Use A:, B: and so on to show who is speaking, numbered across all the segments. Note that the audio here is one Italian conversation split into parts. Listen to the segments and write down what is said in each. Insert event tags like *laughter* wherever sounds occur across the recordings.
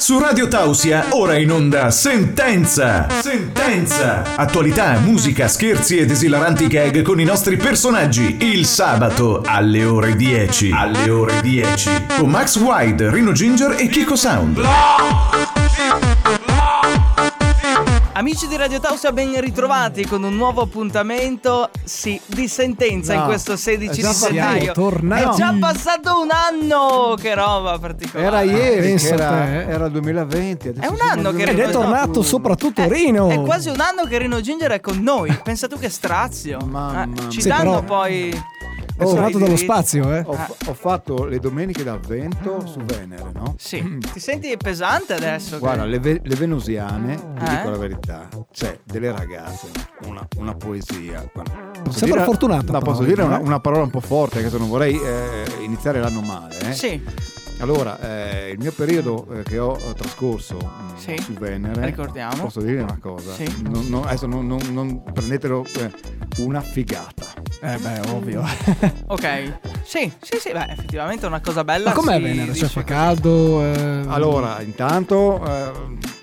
A: Su Radio Tausia, ora in onda Sentenza! Sentenza! Attualità, musica, scherzi ed esilaranti gag con i nostri personaggi. Il sabato alle ore 10. Alle ore 10. Con Max Wide, Rino Ginger e Kiko Sound.
B: Amici di Radio Tausia, ben ritrovati con un nuovo appuntamento, sì, di sentenza
C: No,
B: in questo 16
C: è già
B: di gennaio.
C: passato, tornati.
B: È già passato un anno! Che roba particolare.
D: Era ieri, che
C: Ah, Pensa a
D: era,
C: te.
D: era il 2020. adesso
B: È un
D: siamo
B: anno
D: nel
B: che
C: Ed è
B: Rino-
C: tornato soprattutto
B: Eh,
C: Rino.
B: È quasi un anno che Rino Ginger è con noi. Pensa tu che strazio.
D: Mamma
B: Eh,
D: mia.
B: ci
C: Sì, però-
B: danno poi.
C: È Oh, tornato dallo spazio, eh.
B: Oh.
D: Ho, ho fatto le domeniche d'avvento su Venere, no?
B: Ah. Sì, ti senti pesante adesso?
D: Guarda, le, ve- le venusiane, vi
B: Eh?
D: dico la verità, c'è delle ragazze, una, una poesia. guarda. Posso
C: Sembra fortunata,
D: No, posso
C: però,
D: dire
C: eh.
D: una, una parola un po' forte, che se non vorrei eh, iniziare l'anno male. eh.
B: Sì,
D: Allora, eh, il mio periodo eh, che ho eh, trascorso mm,
B: Sì.
D: su Venere,
B: Ricordiamo.
D: posso dire una cosa?
B: Sì.
D: Non- non- adesso non, non- non prendetelo eh, una figata.
C: Eh beh, ovvio.
B: ok. Sì, sì, sì, beh, effettivamente è una cosa
C: *laughs*
B: bella.
C: Ma com'è
B: sì,
C: Venere?
B: dice-
C: Cioè fa caldo? eh,
D: Allora, intanto eh,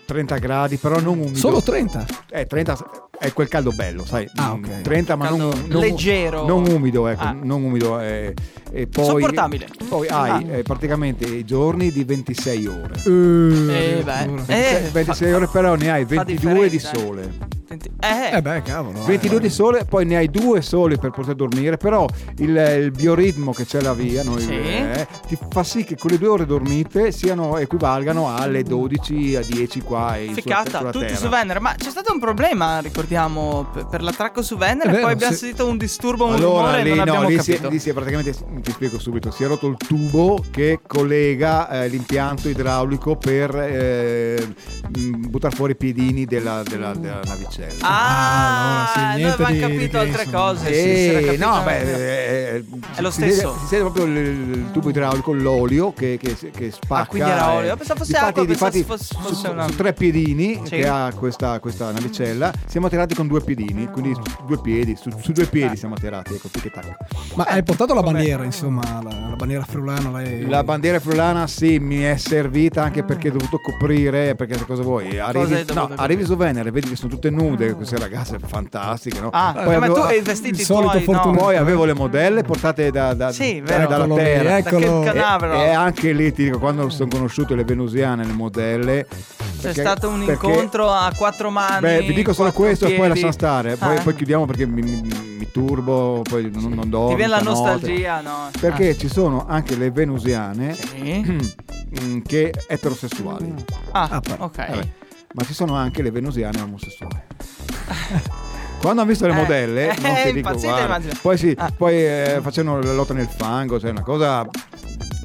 D: 30 gradi, però non umido.
C: Solo 30?
D: Eh, 30 è quel caldo bello, sai?
C: Ah,
D: Mm,
C: ok.
D: 30 ma non,
B: Caldo
D: non-
B: leggero.
D: Non umido, ecco,
B: Ah.
D: non umido. eh, e poi,
B: Sopportabile. Ah.
D: Poi hai eh, praticamente i giorni di 26 ore.
C: Eh,
B: Eh, beh.
C: eh.
B: Eh,
D: 26 ore però ne hai
B: fa
D: 22 di
B: differenza, eh.
D: sole.
B: Senti- eh,
C: beh, cavolo.
D: 22
C: eh.
D: di sole, poi ne hai due soli per poter dormire, però il, il bioritmo che c'è la via noi,
B: Sì.
D: eh, ti fa sì che quelle due ore dormite siano, equivalgano alle 12, a 10 qua in sulla-
B: Ficcata,
D: sulla
B: tutti
D: terra.
B: su Venere, ma c'è stato un problema, ricordiamo, per, per l'attracco su Venere,
C: È vero,
B: poi abbiamo
C: sì.
B: sentito un disturbo, un
D: Eh, Allora,
B: rumore e
D: lì,
B: non
D: no,
B: abbiamo
D: lì si,
B: capito.
D: lì si è praticamente, ti spiego subito, si è rotto il tubo che collega eh, l'impianto idraulico per eh, buttare fuori i piedini della, della, della navicella.
B: Ah,
C: Ah, allora, sì,
B: noi
C: niente
B: avevamo
C: di-
B: capito
C: di-
B: altre
C: insomma.
B: cose. sì, si era
D: Eh,
B: capito
D: no,
B: una-
D: beh, eh,
B: È lo
D: si
B: stesso.
D: vede- Si sente proprio il, il tubo idraulico, l'olio che, che, che spacca.
B: Ah, quindi era
D: eh.
B: olio. Pensavo fosse
D: Difatti-
B: acqua, pensavo
D: difatti
B: fosse-
D: su-
B: fosse
D: su,
B: una-
D: su tre piedini
B: Sì.
D: che ha questa, questa navicella, siamo atterrati con due piedini, quindi su due piedi, su, su due piedi siamo atterrati, ecco, tic e tac.
C: eh. Ma
B: Eh,
C: hai portato la bandiera, insomma, la, la bandiera friulana. lei-
D: La bandiera friulana sì, mi è servita anche perché ho dovuto coprire, perché se cosa vuoi?
B: hai
D: Arrivi,
B: dovuto
D: no,
B: coprire?
D: arrivi su Venere, vedi che sono tutte nude, queste ragazze fantastiche, no?
B: Ah,
D: Poi ecco,
B: ma
D: avevo-
B: tu hai i vestiti
C: il solito
B: tuoi,
C: fortunato.
B: no?
D: Poi avevo le modelle portate da, da-
B: Sì,
D: da-
B: vero.
D: dalla
C: Eccolo lì,
D: terra.
C: ecco. Eccolo.
B: Da che canavero.
D: E, e anche lì ti dico, quando sono conosciute le venusiane, le modelle.
B: C'è stato un incontro a quattro mani.
D: Beh, vi dico solo
B: quattro
D: questo e poi
B: piedi.
D: lasciamo stare. Poi,
B: Ah.
D: poi chiudiamo perché mi, mi- mi turbo, poi non, non dormo.
B: Ti viene la
D: stanotte.
B: nostalgia, no?
D: Perché ci sono anche le venusiane
B: Ah, sì?
D: mm, *clears throat* che eterosessuali.
B: Ah,
C: Ah, però.
B: ok.
D: Vabbè, ma ci sono anche le venusiane omosessuali. *laughs* Quando hanno visto le
B: Eh, *laughs*
D: modelle,
B: eh,
D: non ti dico,
B: impazzite,
D: guarda,
B: immagino.
D: poi, sì,
B: Ah.
D: poi eh, facevano la lotta nel fango, cioè
B: *laughs*
D: una cosa...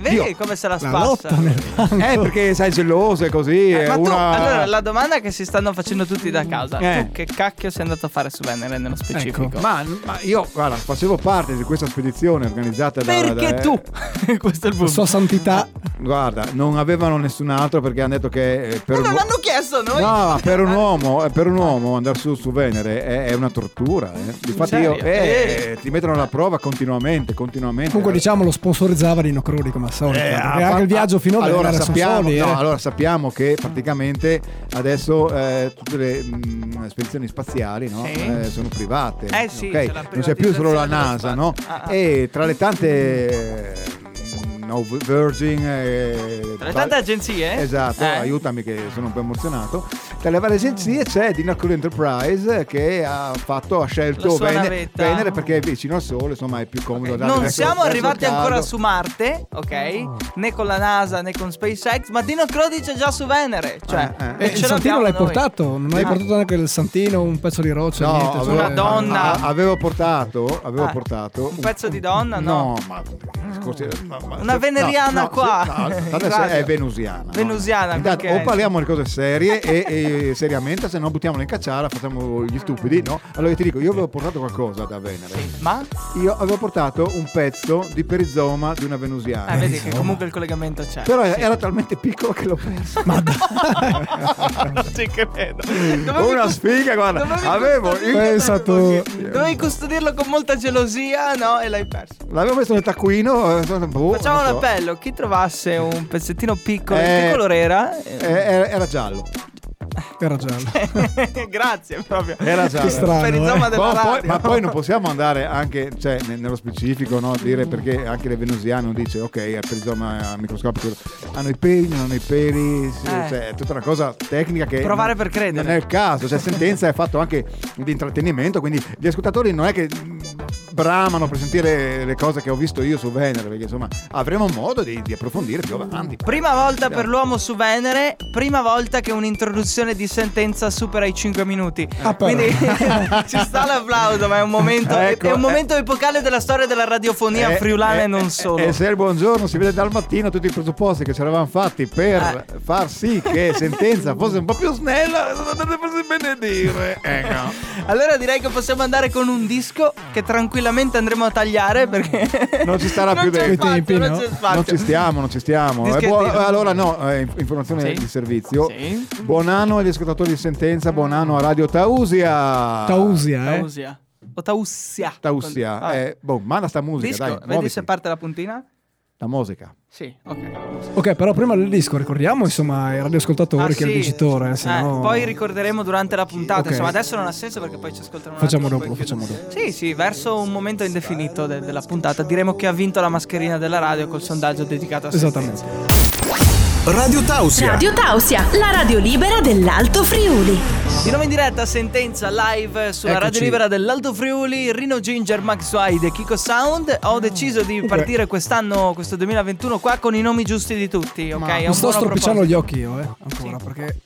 B: Vedi
D: Dio.
B: come se la
C: La
B: spassa.
C: lotta nel
B: *laughs*
C: fango.
D: Eh, perché sei geloso e così.
B: Eh,
D: è
B: ma tu,
D: una...
B: allora, la domanda che si stanno facendo tutti da casa,
D: Eh.
B: tu che cacchio sei andato a fare su Venere nello specifico?
C: Ecco.
D: ma, ma io, guarda, facevo parte di questa spedizione organizzata da...
B: Perché
D: da-
B: tu? *laughs* Questo è il punto.
C: Sua santità.
D: Guarda, non avevano nessun altro perché hanno detto che... eh, per
B: Ma non
D: un-
B: l'hanno chiesto noi.
D: No, ma per un uomo, eh, per un uomo andare su, su Venere è, è una tortura. eh. Infatti, io,
B: serio?
D: eh, ti mettono alla prova continuamente, continuamente.
B: Eh.
C: Comunque, diciamo, lo sponsorizzava Rino Crudi come al solito.
D: Eh,
C: perché
D: ah,
C: anche
D: fa-
C: il viaggio fino a
D: allora
C: Venere sono
D: sappiamo,
C: soli,
D: no,
C: eh.
D: allora sappiamo che praticamente adesso eh, tutte le mh, spedizioni spaziali no,
B: Sì.
D: eh, sono private.
B: Eh sì,
D: ok?
B: c'è la
D: non c'è più solo la NASA,
B: privatizzazione dello
D: no?
B: spazio. Ah, ah.
D: E tra le tante. eh, No, Virgin. eh,
B: Tra le tante
D: val-
B: agenzie?
D: Esatto,
B: Eh.
D: aiutami che sono un po' emozionato. Tra le varie agenzie c'è Dinacool Enterprise che ha fatto, ha
B: La
D: scelto
B: sua
D: Venere,
B: navetta.
D: Venere perché è vicino al sole, insomma è più comodo andare
B: Non
D: verso-
B: siamo
D: verso il
B: arrivati ancora
D: caldo. Oh.
B: su Marte, ok? Né con la NASA né con SpaceX, ma Dino Crodi c'è già su Venere. Cioè,
D: Eh, eh.
C: Eh,
B: e
C: il
B: ce
C: Santino
B: l'abbiamo
C: l'hai
B: noi. Eh.
C: portato? Non hai
D: Ah.
C: portato neanche il Santino, un pezzo di roccia? niente,
D: avevo-
C: cioè-
B: una donna.
D: a- avevo portato, avevo
B: Ah,
D: portato
B: un pezzo di donna, no?
D: ma, scusi, eh, ma- ma-
B: Una
D: se-
B: veneriana
D: no, no,
B: qua. *laughs*
D: se- no, tanto
B: In radio.
D: è venusiana. no?
B: Venusiana,
D: Intanto,
B: perché-
D: o parliamo di cose serie e,
B: *laughs*
D: e prendiamoci seriamente, se no buttiamola in cacciara, facciamo gli stupidi, no? Allora io ti dico, io avevo portato qualcosa da Venere.
B: Ma? Eh,
D: Io avevo portato un pezzo di perizoma di una venusiana.
B: Ah, vedi che comunque il collegamento c'è.
D: Eh, Però
B: Sì.
D: era talmente piccolo che l'ho perso.
C: Ma
D: *laughs*
C: dai.
B: non ci credo. Dovevi
D: Una
B: cust-
D: sfiga, guarda.
B: dovevi
D: Avevo il-
B: custodirlo-
C: Pensa tu.
B: Dovevi custodirlo con molta gelosia, no? E l'hai perso.
D: L'avevo messo nel taccuino. eh, boh,
B: Facciamo
D: non
B: un
D: so.
B: appello: chi trovasse un pezzettino piccolo,
D: Eh,
B: che colore era?
D: Eh, Era, era giallo.
C: Era giallo.
B: *laughs* Grazie proprio.
D: Era giallo.
C: Che strano,
B: per il somma
C: eh.
B: della
D: Boh, poi-
B: radio.
D: ma poi non possiamo andare anche cioè, ne- nello specifico, no? dire perché anche le venusiane non dice ok, è per insomma microscopico. Hanno i peli, non hanno i peli, sì,
B: Eh.
D: cioè, è tutta una cosa tecnica che
B: Provare
D: non-
B: per credere.
D: Non è il caso, cioè sentenza è fatto anche di intrattenimento, quindi gli ascoltatori non è che mm, bramano per sentire le cose che ho visto io su Venere, perché insomma avremo modo di, di approfondire più avanti.
B: Prima volta per l'uomo su Venere, prima volta che un'introduzione di sentenza supera i 5 minuti.
C: Ah, però.
D: *laughs*
B: Quindi ci sta l'applauso, ma è un momento, è-
D: Ecco,
B: è un
D: eh.
B: momento epocale della storia della radiofonia friulana e non solo.
D: E eh, se il buongiorno si vede dal mattino tutti i presupposti che ci eravamo fatti
B: Ah.
D: per far sì che sentenza fosse un po' più snella, sono andate così benedire.
B: *laughs*
D: Ecco.
B: Allora direi che possiamo andare con un disco che tranquillamente andremo a tagliare perché
D: *laughs* Non ci starà più
B: c'è
D: dentro.
B: spazio,
C: I tempi,
B: non
C: no?
B: c'è spazio.
D: Non ci stiamo, non ci stiamo. Eh,
B: Dischettino.
D: buo- allora no, eh, inf- informazione
B: Sì.
D: di servizio.
B: Sì.
D: Buon anno agli ascoltatori di sentenza, buon anno a Radio Ah, Tausia.
C: Tausia, eh.
B: Tausia. O Taussia.
D: Tausia.
B: Ah,
D: Eh, boh, manda sta musica,
B: disco,
D: dai.
B: vedi
D: muoviti.
B: se parte la puntina?
D: La musica.
B: Sì, ok.
C: Ok, però prima del disco ricordiamo insomma ai radioascoltatori
B: Ah,
C: che è il
B: sì.
C: vincitore,
B: Eh,
C: se no-
B: Poi ricorderemo durante la puntata.
C: Ok.
B: Insomma, adesso non ha senso perché poi ci ascoltano. un
C: Facciamo
B: attimo,
C: dopo,
B: poi
C: facciamo
B: chiudiamo.
C: dopo.
B: Sì, sì, verso un momento indefinito de- della puntata. Diremo chi ha vinto la mascherina della radio col sondaggio dedicato a
C: Esattamente.
B: sentenza.
A: Radio Tausia.
E: Radio Tausia, la radio libera dell'Alto Friuli.
B: Di nuovo in diretta, sentenza live sulla
D: Eccoci.
B: radio libera dell'Alto Friuli, Rino Ginger, Max Wide e Kiko Sound. Ho deciso di partire quest'anno, questo 2021, qua con i nomi giusti di tutti, ok? È
C: Mi
B: un
C: sto
B: buono
C: stropicciando
B: proposito.
C: gli occhi io, eh, ancora,
B: Sì.
C: perché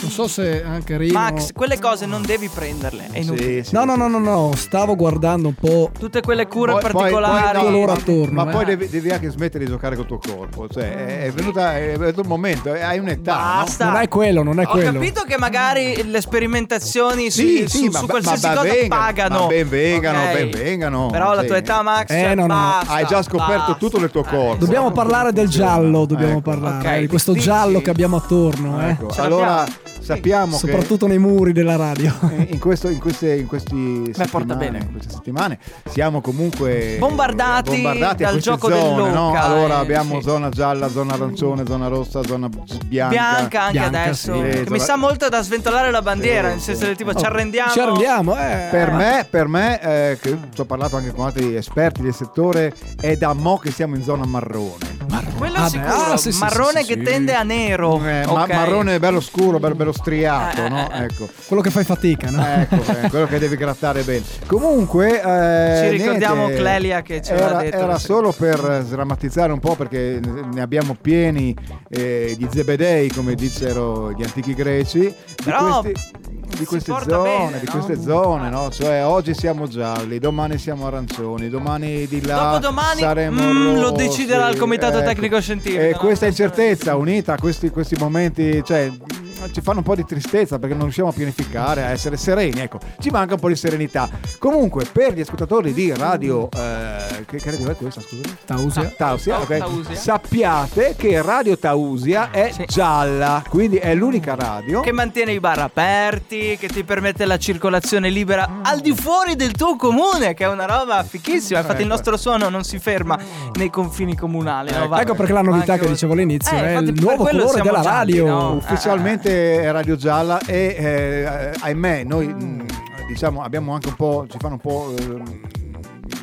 C: non so se anche Rino...
B: Max, quelle cose non devi prenderle, è inutile.
D: Sì, sì.
C: No, no, no, no, no, stavo guardando un po'...
B: Tutte quelle cure
D: Poi- poi-
B: particolari.
D: poi-
C: Tutto loro attorno,
D: Ma
C: eh.
D: poi devi, devi anche smettere di giocare col tuo corpo. Cioè, è- è venuta è venuto il momento, eh, hai un'età. no?
B: Ah, Basta.
C: Non è quello, non è
B: Ho
C: quello.
B: capito che magari le sperimentazioni su,
D: Sì,
B: su-
D: sì,
B: su
D: ma-
B: qualsiasi
D: ma- ma
B: cosa
D: venga-
B: pagano.
D: ma ben vengano,
B: Ok.
D: ben vengano,
B: Però la
D: sì.
B: tua età, Max,
C: Eh, no, no, no.
B: basta,
D: Hai già scoperto
B: basta. Eh,
D: tutto del tuo corpo.
C: Dobbiamo parlare del giallo, dobbiamo
D: Ecco.
C: parlare,
B: Ok,
C: eh, di questo
B: dici?
C: giallo che abbiamo attorno, eh.
D: Ecco, diciamo
B: Ce
D: allora
B: l'abbiamo.
D: sappiamo
C: Soprattutto nei muri della radio.
D: che eh, in, questo, in queste, in questi settimane,
B: porta bene.
D: in queste settimane siamo comunque
B: Bombardati
D: bombardati a
B: dal
D: queste
B: gioco
D: zone,
B: dell'oca,
D: no?
B: eh,
D: Allora abbiamo
B: sì.
D: zona gialla, zona arancione, zona rossa, zona bianca.
B: Bianca anche
C: Bianca,
B: adesso.
C: sì. esatto.
B: Che
D: Sì,
B: mi
D: la-
B: sa molto da sventolare la bandiera.
D: Sì,
B: nel
D: sì.
B: senso del tipo,
C: Oh,
B: ci arrendiamo.
C: Ci arrendiamo, eh.
D: Per me, per me eh, che ci ho parlato anche con altri esperti del settore, è da mo' che siamo in zona marrone.
B: Quello
C: Ah, beh,
B: sicuro.
C: ah, sì, sì,
B: marrone
C: sì, sì,
B: che
C: sì.
B: tende a nero.
D: Eh, ma-
B: ok.
D: marrone bello scuro, bello, bello striato,
B: Eh, eh,
D: no?
B: eh.
D: Ecco.
C: Quello che fai fatica, no?
D: Ecco, eh, quello che devi grattare bene. Comunque, eh,
B: Ci ricordiamo
D: niente,
B: Clelia che ci aveva
D: era,
B: detto
D: Era
B: queste
D: solo per eh, sdrammatizzare un po' perché ne abbiamo pieni eh, di zebedei, come dissero gli antichi greci. Di
B: Però
D: di
B: si
D: queste
B: porta
D: zone,
B: bene,
D: di
B: no?
D: queste zone, no? Cioè, oggi siamo gialli, domani siamo arancioni, domani di là
B: Dopodomani,
D: saremo
B: mm, lo
D: rossi. ecco.
B: deciderà il comitato tecnico-scientifico,
D: E
B: no?
D: questa incertezza unita a questi, questi momenti, cioè, mm, ci fanno un po' di tristezza perché non riusciamo a pianificare, a essere sereni, ecco, ci manca un po' di serenità. Comunque, per gli ascoltatori di radio, eh, che, che radio è questa, scusami?
B: Ah.
C: Tausia.
D: Tausia,
B: Ta-
D: ok.
B: Oh, Tausia.
D: sappiate che Radio Tausia è
B: Sì.
D: gialla, quindi è l'unica radio
B: Che mantiene i bar aperti, che ti permette la circolazione libera
D: Mm.
B: al di fuori del tuo comune, che è una roba fichissima. Infatti, il
D: Certo.
B: nostro suono non si ferma
D: Mm.
B: nei confini comunali. no? Va-
C: Ecco perché la novità
B: anche-
C: che dicevo all'inizio
B: Eh,
C: è
B: infatti
C: il
B: per
C: nuovo
B: quello
C: colore
B: siamo
C: della
B: gialli,
C: radio.
B: no?
D: eh,
B: Eh,
D: ufficialmente è Radio Gialla e eh, ahimè noi mh, diciamo abbiamo anche un po' ci fanno un po' eh,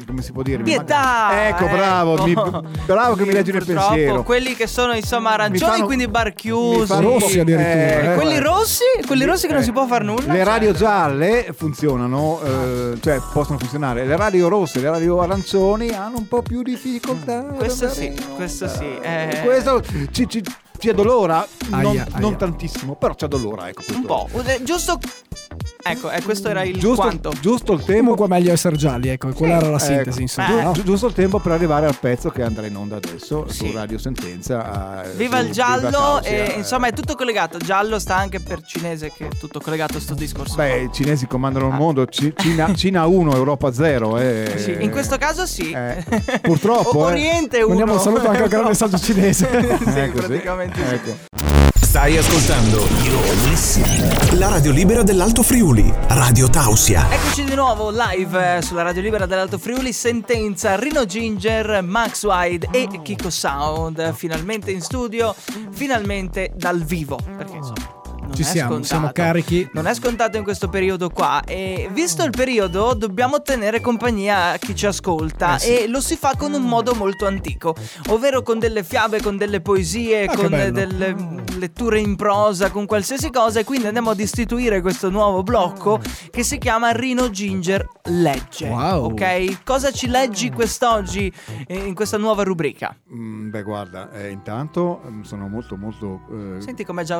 D: come si può dire Mi
B: Pietà,
D: manca- ecco bravo
B: ecco.
D: mi- bravo che mi leggi nel
B: Purtroppo,
D: pensiero
B: Quelli che sono insomma
D: Mi
B: arancioni,
D: fanno-
B: quindi bar
D: mi
B: chiusi.
D: fanno un po'
C: Rossi addirittura,
D: eh,
B: E
C: eh,
B: quelli
D: guarda. Eh,
B: rossi, quelli rossi che non si può far nulla.
D: le
B: cioè,
D: radio gialle funzionano, eh, cioè possono funzionare. Le radio rosse, le radio arancioni hanno un po' più difficoltà.
B: Mm, Questo sì, questo sì, eh.
D: Questo ci, ci- ci addolora, non,
C: Aia, aia.
D: non tantissimo, però ci addolora. Ecco,
B: Un
D: questo.
B: po', eh, giusto Ecco, eh, questo era il
D: Giusto,
B: quanto.
D: giusto il tempo
C: Comunque meglio essere gialli, ecco, quella era la sintesi,
D: Ecco,
C: insomma.
B: eh,
C: no?
D: giu- giusto il tempo per arrivare al pezzo che andrà in onda adesso
B: Sì.
D: su Radio Sentenza. eh,
B: Viva
D: su
B: il giallo,
D: Causia,
B: e
D: eh.
B: insomma è tutto collegato. Giallo sta anche per cinese, che è tutto collegato a sto discorso.
D: Beh, i cinesi comandano il
B: Ah.
D: mondo, Ci- Cina,
B: *laughs*
D: Cina 1, Europa 0. eh.
B: Sì, in questo caso sì.
D: Eh, *laughs* purtroppo,
B: O-
D: eh.
B: Oriente 1.
C: Mandiamo un saluto anche al grande saggio
F: Eh,
C: cinese.
B: *laughs* sì,
D: Ecco, sì.
B: praticamente sì.
D: Ecco.
G: Stai ascoltando la radio libera dell'Alto Friuli, Radio Tausia.
B: Eccoci di nuovo live eh, sulla Radio Libera dell'Alto Friuli, sentenza Rino Ginger, Max Wide e Kiko Sound, eh, finalmente in studio, finalmente dal vivo, perché insomma non
C: Ci
B: è
C: siamo,
B: scontato.
C: siamo carichi.
B: Non è scontato in questo periodo qua e visto il periodo dobbiamo tenere compagnia a chi ci
C: Eh
B: ascolta e lo si fa con un modo molto antico, ovvero con delle fiabe, con delle poesie,
C: Ah, che
B: con eh,
C: bello.
B: delle mm, letture in prosa, con qualsiasi cosa e quindi andiamo ad istituire questo nuovo blocco che si chiama Rino Ginger Legge.
C: Wow.
B: Ok? Cosa ci leggi quest'oggi eh, in questa nuova rubrica?
D: Mm, Beh, guarda, eh, intanto mm, sono molto, molto. eh,
B: Senti com'è già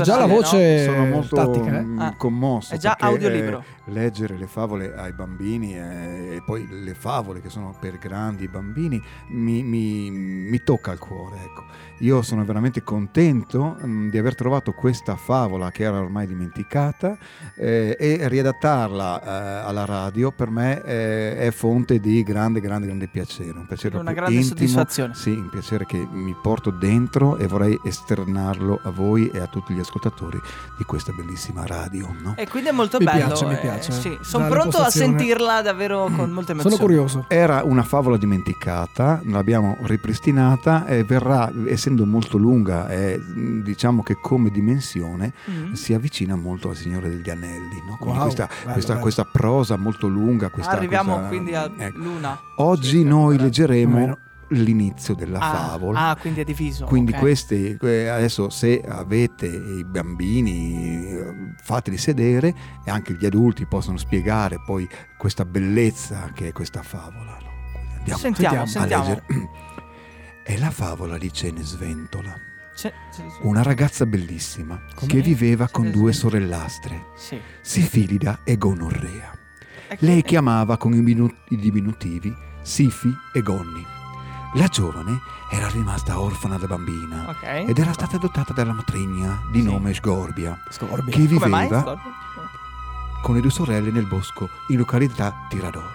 C: Ha già la
B: no?
C: voce
D: sono molto
C: tattica, eh?
D: mm,
B: Ah.
D: commosso.
B: È già
D: perché,
B: audiolibro.
D: eh, leggere le favole ai bambini eh, e poi le favole che sono per grandi bambini mi, mi- mi tocca il cuore. Ecco. Io sono veramente contento mm, di aver trovato questa favola che era ormai dimenticata eh, e riadattarla eh, alla radio per me eh, è fonte di grande, grande, grande piacere. Un piacere
B: Una
D: proprio
B: grande
D: intimo,
B: soddisfazione.
D: sì, un piacere che mi porto dentro e vorrei esternarlo a voi e a tutti gli ascoltatori di questa bellissima radio. no?
B: E quindi è molto
C: Mi
B: bello. eh,
C: piace, mi piace.
B: sì. Sono
C: Dalla
B: pronto a
C: postazione.
B: sentirla davvero con molte
C: Sono
B: emozioni.
C: curioso.
D: Era una favola dimenticata, l'abbiamo ripristinata e verrà, essendo molto lunga e mh, diciamo che come dimensione
B: Mm.
D: si avvicina molto al Signore degli Anelli, no? con
C: Wow,
D: questa,
C: bello,
D: questa-
C: bello.
D: questa prosa molto lunga. Questa,
B: Arriviamo
D: questa-
B: quindi a
D: ecco.
B: Luna.
D: Oggi noi leggeremo
C: Almeno.
D: l'inizio della
B: ah,
D: favola.
B: Ah, quindi è diviso.
D: Quindi
B: ok.
D: questi, que- adesso se avete i bambini eh, fateli sedere e anche gli adulti possono spiegare poi questa bellezza che è questa favola. no? Quindi Andiamo
B: Sentiamo, sentiamo.
D: a leggere. *clears throat* È la favola di Cenesventola,
B: C'è- c'è- c'è-
D: una ragazza bellissima
B: Come?
D: che viveva con due
B: Cenesventola.
D: sorellastre,
B: Sì.
D: Sifilida e Gonorrea.
B: Ecco.
D: Lei chiamava con i, minu- i diminutivi Sifi e Gonni. La giovane era rimasta orfana da bambina
B: Ok.
D: ed era stata adottata dalla matrigna di
B: Sì.
D: nome Sgorbia,
C: Scorbi.
D: che
B: Come mai?
D: viveva
B: Scorpio?
D: con le due sorelle nel bosco in località Tirador.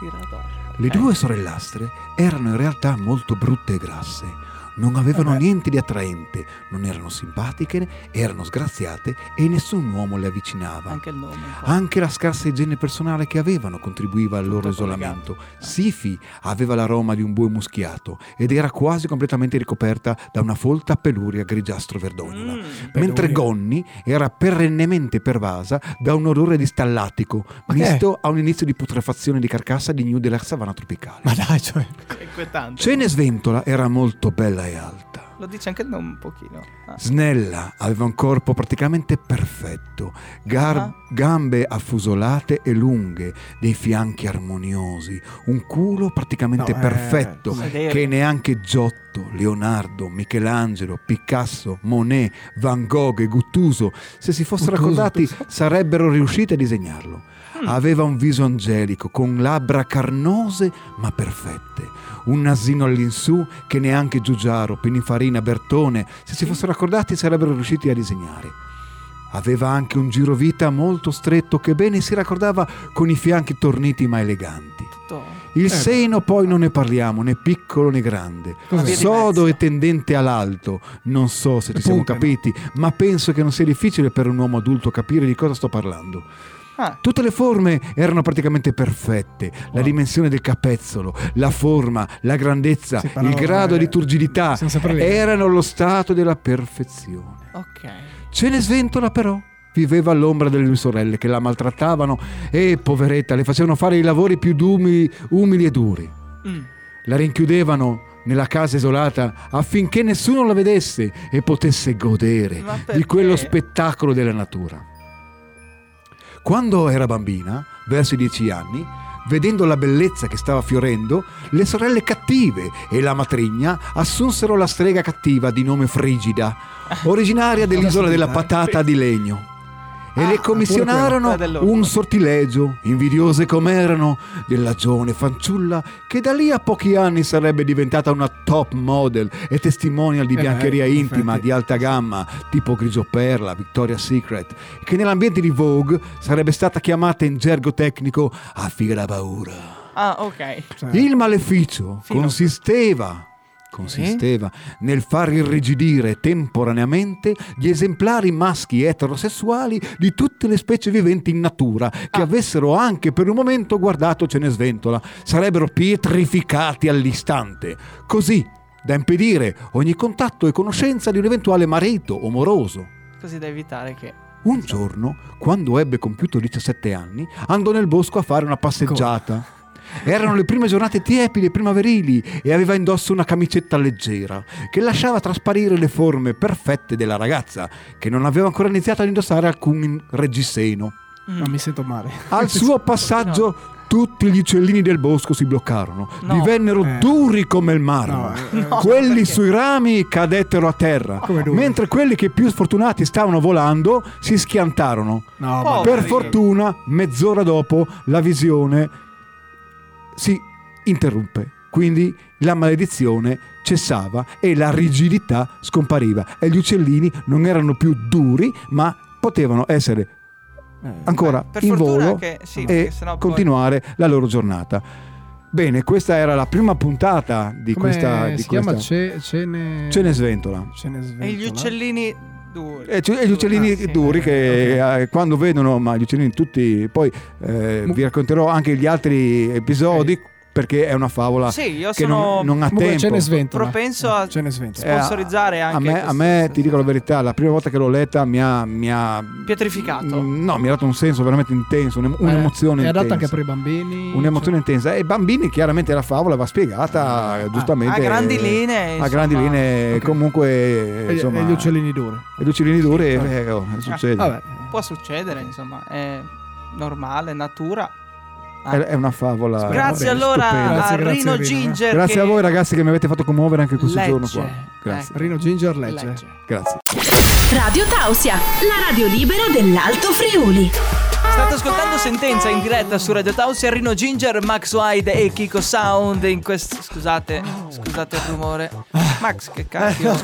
B: Tirador.
D: Le
B: Ok.
D: due sorellastre erano in realtà molto brutte e grasse, non avevano
B: Eh
C: Vabbè.
D: niente di attraente, non erano simpatiche, erano sgraziate e nessun uomo le avvicinava.
B: Anche il nome. un po'.
D: Anche la scarsa igiene personale che avevano contribuiva al loro
B: collegato.
D: isolamento. Sifi aveva l'aroma di un bue muschiato ed era quasi completamente ricoperta da una folta peluria grigiastro-verdognola.
B: Mm.
D: Mentre
C: Peluria.
D: Gonni era perrennemente pervasa da un odore di stallatico,
C: Ma che è?
D: misto a un inizio di putrefazione di carcassa di New della savana tropicale.
C: Ma dai, cioè.
B: Inquietante.
D: Cenesventola era molto bella e alta.
B: Lo dice anche il nome un pochino. Ah.
D: Snella aveva un corpo praticamente perfetto, gar-
B: Ah.
D: gambe affusolate e lunghe, dei fianchi armoniosi, un culo praticamente
C: No, eh,
D: perfetto
B: come-
D: che neanche Giotto, Leonardo, Michelangelo, Picasso, Monet, Van Gogh e Guttuso, se si fossero
C: Guttuso,
D: accordati, sarebbero riusciti a disegnarlo. Aveva un viso angelico, con labbra carnose ma perfette, un nasino all'insù che neanche Giugiaro, Pininfarina, Bertone, se si fossero accordati, sarebbero riusciti a disegnare. Aveva anche un girovita molto stretto che bene si raccordava con i fianchi torniti ma eleganti.
B: Tutto.
D: Il
C: Eh.
D: seno poi non ne parliamo, né piccolo né grande.
C: Cos'è?
B: Via di
D: Sodo
B: mezzo.
D: e tendente all'alto. Non so se ci siamo
C: Punto, no?
D: capiti, ma penso che non sia difficile per un uomo adulto capire di cosa sto parlando.
B: Ah.
D: Tutte le forme erano praticamente perfette, la dimensione del capezzolo, la forma, la grandezza,
C: Sì, però,
D: il grado
C: eh,
D: di turgidità
C: siamo sempre lì.
D: erano lo stato della perfezione.
B: Ok.
D: Cenesventola però viveva all'ombra delle due sorelle che la maltrattavano e, poveretta, le facevano fare i lavori più dumi- umili e duri.
B: Mm.
D: La rinchiudevano nella casa isolata affinché nessuno la vedesse e potesse godere
B: Ma perché?
D: di quello spettacolo della natura. Quando era bambina, verso i dieci anni, vedendo la bellezza che stava fiorendo, le sorelle cattive e la matrigna assunsero la
B: *laughs*
D: strega cattiva di nome Frigida, originaria dell'isola della patata di legno.
H: Ah,
D: e le commissionarono
B: quello.
D: un sortilegio, invidiose com'erano, della giovane fanciulla che da lì a pochi anni sarebbe diventata una top model e testimonial di
H: Eh beh,
D: biancheria
H: in
D: intima
H: effetti.
D: di alta gamma, tipo Grigio Perla, Victoria's Secret, che nell'ambiente di Vogue sarebbe stata chiamata in gergo tecnico a figa da paura.
B: Ah, ok.
D: Il maleficio
B: Fino-
D: consisteva, consisteva nel far irrigidire temporaneamente gli esemplari maschi eterosessuali di tutte le specie viventi in natura che avessero anche per un momento guardato Cenesventola. Sarebbero pietrificati all'istante. Così da impedire ogni contatto e conoscenza di un eventuale marito o moroso.
B: Così da evitare che...
D: Un giorno, quando ebbe compiuto 17 anni, andò nel bosco a fare una passeggiata. Erano le prime giornate tiepide e primaverili e aveva indosso una camicetta leggera che lasciava trasparire le forme perfette della ragazza che non aveva ancora iniziato ad indossare alcun reggiseno.
H: Non mi sento male.
F: *laughs*
D: Al suo passaggio tutti gli uccellini del bosco si bloccarono,
B: No.
D: divennero
H: Eh.
D: duri come il marmo.
H: No,
D: *laughs* quelli sui rami cadettero a terra,
H: Come duri.
D: mentre quelli che più sfortunati stavano volando si schiantarono.
H: No,
B: Oh,
H: ma
D: Per
B: Poveri.
D: fortuna, mezz'ora dopo, la visione si interrompe. Quindi la maledizione cessava e la rigidità scompariva. E gli uccellini non erano più duri, ma potevano essere ancora
B: Eh, Beh, per
D: in
B: fortuna
D: volo
B: che- sì, perché
D: e
B: sennò poi-
D: continuare la loro giornata. Bene, questa era la prima puntata di
F: Come
D: questa... di
F: si chiama
D: questa-
F: Ce- Cene...
D: Cenesventola.
B: E gli uccellini duri.
D: E, Eh, ci- e gli uccellini
B: Ah, sì.
D: duri che eh, quando vedono, ma gli uccellini tutti, poi eh, vi racconterò anche gli altri episodi perché è una favola
B: Sì, io
D: che
B: sono
D: non, non ha
F: Comunque
D: tempo.
F: ce ne sventola. Mm.
B: propenso a
H: ce ne svento.
D: Eh, a-
B: sponsorizzare
D: a
B: anche
D: me, a
B: questi-
D: me ti dico la verità, la prima volta che l'ho letta mi ha, mi ha-
B: Pietrificato.
D: Mm, No, mi ha dato un senso veramente intenso, un'em-
F: Eh,
D: un'emozione
F: È adatta
D: intensa.
F: anche per i bambini.
D: Un'emozione intensa. E ai bambini chiaramente la favola va
F: Ah,
D: spiegata giustamente.
B: a grandi linee,
D: A
B: insomma.
D: grandi linee,
F: Ok.
D: comunque...
F: E-
D: insomma,
F: Cioè, e gli uccellini duri.
D: e gli uccellini duri, eh, oh, succede.
F: Vabbè.
B: Può succedere, insomma, è normale, natura.
F: Ah,
D: È, è una favola.
B: Ah. Grazie
D: eh,
B: allora
D: stupenda.
B: a
F: Grazie, grazie,
B: Rino
F: Rino, eh.
B: Ginger.
D: Grazie
B: che
D: a voi ragazzi che mi avete fatto commuovere anche questo giorno
B: legge.
D: qua. Grazie.
B: Ecco,
F: Rino Ginger legge.
B: legge.
D: Grazie.
E: Radio Tausia, la radio libera dell'Alto Friuli.
B: State ascoltando Sentenza in diretta su Radio Tausia, Rino Ginger, Max Wide e Kiko Sound in questo... Scusate, scusate il rumore. Max, che
F: Eh,
B: cacchio.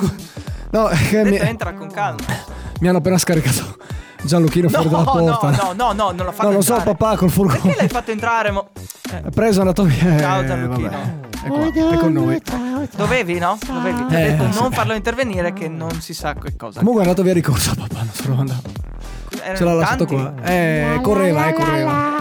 F: No, eh,
B: Detto,
F: mi,
B: entra con calma.
F: Eh, mi hanno appena scaricato *laughs* Gianluchino
B: No,
F: fuori dalla porta.
B: no, no, no, no, non l'ho fatto
F: No, lo so,
B: entrare.
F: papà, col furgone.
B: Perché l'hai fatto entrare? mo-
F: È preso, è andato via.
B: Ciao,
F: Eh,
B: Gianluchino.
F: vabbè.
I: Ecco
F: È,
B: ecco
F: qua, è con noi.
B: Dovevi, no? Dovevi. Ti ho
F: Eh,
B: detto
F: sì.
B: non farlo intervenire che non si sa che cosa.
F: Comunque è andato via di corsa, papà. Non sono andato.
B: Erano
F: Ce l'ha lasciato
B: tanti.
F: qua. Eh, correva, eh, correva.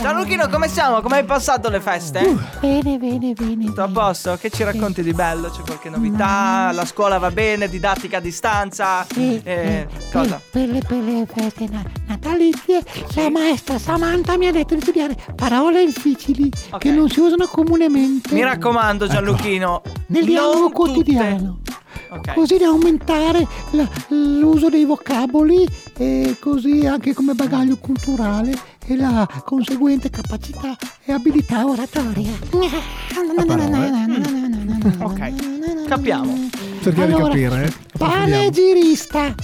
B: Gianluchino, come siamo? Come hai passato le feste?
F: Uh.
I: Bene, bene, bene.
B: Tutto a posto? Che ci racconti di bello? C'è qualche novità? La scuola va bene? Didattica a distanza?
I: Sì,
B: Eh,
I: sì,
B: cosa?
I: sì, Per le, per le feste na- natalizie, la maestra Samantha mi ha detto di studiare parole difficili
B: Ok.
I: che non si usano comunemente
B: Mi raccomando, Gianluchino.
I: Ecco. nel dialogo
B: non
I: quotidiano.
B: tutte- Ok.
I: Così da aumentare la- l'uso dei vocaboli e così anche come bagaglio culturale e la conseguente capacità e abilità oratoria. *laughs*
B: Ok, capiamo.
F: Cerchiamo
I: Allora,
F: di capire. eh. Approfondiamo.
I: Panegirista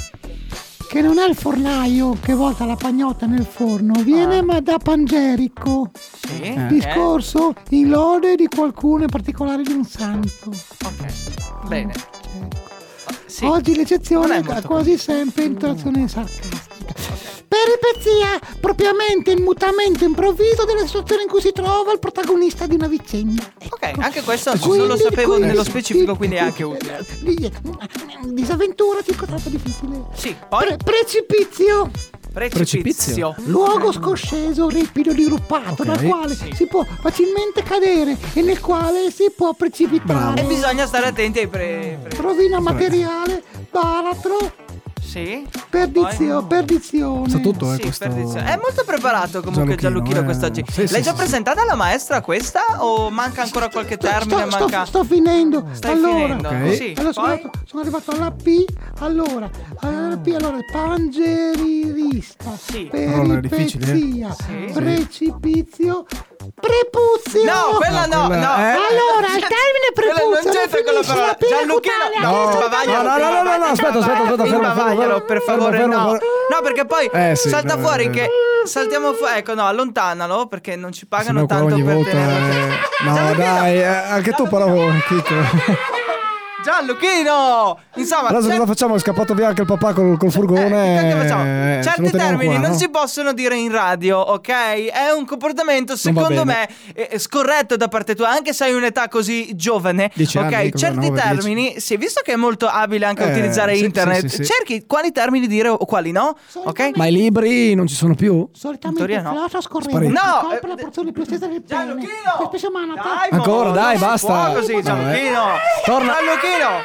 I: che non è il fornaio che volta la pagnotta nel forno, viene
B: Ah.
I: ma da Pangerico.
B: Sì.
F: Eh.
B: ok.
I: Discorso in lode di qualcuno in particolare di un santo.
B: Ok. Bene. Sì.
I: Oggi
B: Non è
I: l'eccezione
B: molto
I: è quasi sempre in trazione sarcastica. Peripezia, propriamente il mutamento improvviso della situazione in cui si trova il protagonista di una vicenda. Ecco.
B: Ok, anche questo non lo
I: Quindi-
B: sapevo
I: quindi-
B: nello specifico, quindi è anche utile.
I: Di- Disavventura, circostanza difficile.
B: Sì, poi
I: Pre- precipizio,
B: precipizio.
I: luogo scosceso, ripido, diruppato,
F: Ok,
I: dal quale si può facilmente cadere e nel quale si può precipitare.
B: E bisogna stare attenti ai pre... pre-
I: Rovina materiale, baratro,
B: sì?
I: perdizio, perdizione.
F: Sa tutto, eh,
B: Sì,
F: questo...
B: perdizione. È molto preparato comunque Gianluchino,
F: Gianluchino, eh.
B: quest'oggi.
F: Sì, sì,
B: L'hai già
F: sì,
B: presentata la maestra questa o manca ancora qualche
I: Sto-
B: termine?
I: sto,
B: manca...
I: sto finendo.
B: Stai
I: allora,
B: finendo.
F: Ok.
B: Sì,
I: allora sono,
B: poi?
I: arrivato, sono arrivato alla P. Allora, alla P, allora, pangerirista,
B: Sì.
F: Parola difficile, eh?
I: peripezia,
B: Sì.
I: precipizio, Prepuzio!
B: No, quella no,
F: quella-
B: no.
F: eh?
I: Allora, il termine
B: Quella non
I: prepuzio
B: c'entra con la
I: finisce
B: parola.
I: la pena
B: Gianluchino-
I: cutánea.
B: No,
I: Aspetta,
B: sbavaglialo,
F: no, no, no, no, no, aspetta, aspetta, aspetta, fermo, fermo,
B: Sbavaglialo,
F: fermo,
B: per
F: fermo,
B: favore,
F: fermo,
B: no.
F: fermo.
B: No, perché poi
F: Eh, sì,
B: salta
F: no,
B: fuori
F: eh.
B: che saltiamo fuori. Ecco, no, allontanalo perché non ci pagano
F: Sennò qua
B: tanto
F: ogni
B: per
F: volta.
B: *laughs* tenerlo.
F: eh, No, dai, eh, anche tu paravo. Chicco.
B: Gianluchino! Insomma,
F: Adesso
B: cer-
F: cosa facciamo? È scappato via anche il papà col, col
B: Eh, che
F: furgone.
B: cacchio facciamo?
F: eh, ce lo
B: Certi
F: teniamo
B: termini
F: qua,
B: non
F: no?
B: si possono dire in radio, ok? È un comportamento,
F: Non va
B: secondo me,
F: bene.
B: eh, scorretto da parte tua, anche se hai un'età così giovane.
F: Dieci
B: ok,
F: anni, cosa,
B: certi
F: nove, dieci.
B: termini, sì, visto che è molto abile anche a
F: Eh,
B: utilizzare
F: sì, sì,
B: internet,
F: sì, sì.
B: cerchi quali termini dire o quali no, ok?
I: Solitamente-
J: Ma i libri non ci sono più?
I: Solitamente
B: In teoria
I: il
B: no.
I: flauto scorrente
F: Sparito.
B: No,
I: no,
B: eh,
I: la porzione più estesa del pene.
B: Gianluchino!
I: Per specie umana,
B: Dai,
I: te-
B: mo,
J: Ancora,
B: non
J: dai,
B: si può
J: basta.
B: Così,
J: No, eh.
B: Gianluchino.
J: Torna.
B: Gianluchino,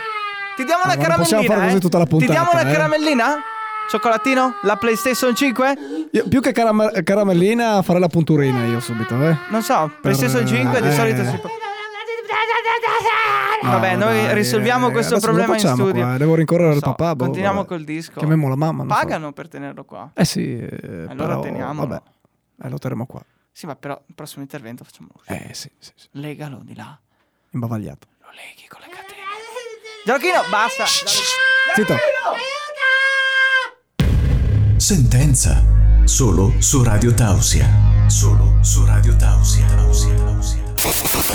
B: ti diamo una
F: Ma non possiamo
B: caramellina.
F: fare
B: eh?
F: così tutta la
B: ti diamo
F: puntata,
B: una
F: eh.
B: caramellina? Cioccolatino? La PlayStation 5?
F: Io, più che caram- caramellina, farei la punturina io subito, eh.
B: Non so, PlayStation 5 di
F: eh.
B: solito si può. Vabbè,
F: No,
B: noi
F: dai,
B: risolviamo
F: eh,
B: questo
F: adesso cosa
B: problema in
F: facciamo
B: studio.
F: qua? Devo rincorrere
B: Non
F: il papà, boh,
B: continuiamo
F: vabbè.
B: col disco.
F: Chiamiamo la mamma. non so.
B: Pagano per tenerlo qua.
F: Eh sì, eh,
B: Allora
F: però,
B: teniamolo.
F: Vabbè, eh, lo terremo qua.
B: Sì, ma però il prossimo intervento facciamo uscire.
F: Eh sì, sì, sì.
B: Legalo di là.
F: imbavagliato.
B: Lo leghi con la catena. Gianluchino, basta.
F: Zitto.
A: Sentenza. Solo su Radio Tausia. Solo su Radio Tausia. Tausia, Tausia.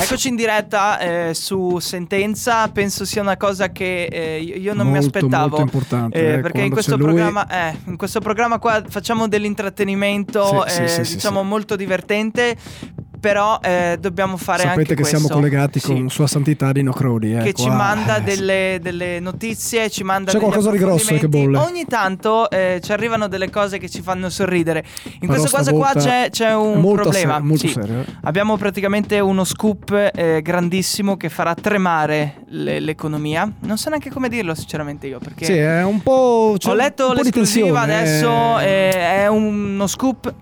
B: Eccoci in diretta eh, su Sentenza. Penso sia una cosa che eh, io io non mi
F: Molto,
B: aspettavo.
F: molto importante, eh,
B: perché in
F: quando
B: questo,
F: c'è lui-
B: programma, eh, in questo programma qua facciamo dell'intrattenimento,
F: Sì, sì,
B: eh,
F: sì, sì,
B: diciamo
F: sì.
B: molto divertente. Però eh, dobbiamo fare
F: Sapete
B: anche
F: che
B: questo.
F: siamo collegati
B: Sì.
F: con Sua Santità Dino Crodi. Eh,
B: che ci
F: qua.
B: manda
F: Eh,
B: delle, delle notizie, ci manda
F: C'è
B: degli
F: qualcosa di grosso che
B: approfondimenti.
F: bolle.
B: Ogni tanto eh, ci arrivano delle cose che ci fanno sorridere. In
F: Però
B: questo caso qua
F: stavolta
B: c'è, c'è un
F: è molto
B: problema.
F: serio, molto
B: Sì.
F: serio, eh.
B: Abbiamo praticamente uno scoop eh, grandissimo che farà tremare le- l'economia. Non so neanche come dirlo, sinceramente, io. Perché
F: Sì, è un po'. c'è
B: ho
F: un
B: letto
F: po' di
B: l'esclusiva
F: tensione,
B: adesso.
F: eh.
B: eh, è uno scoop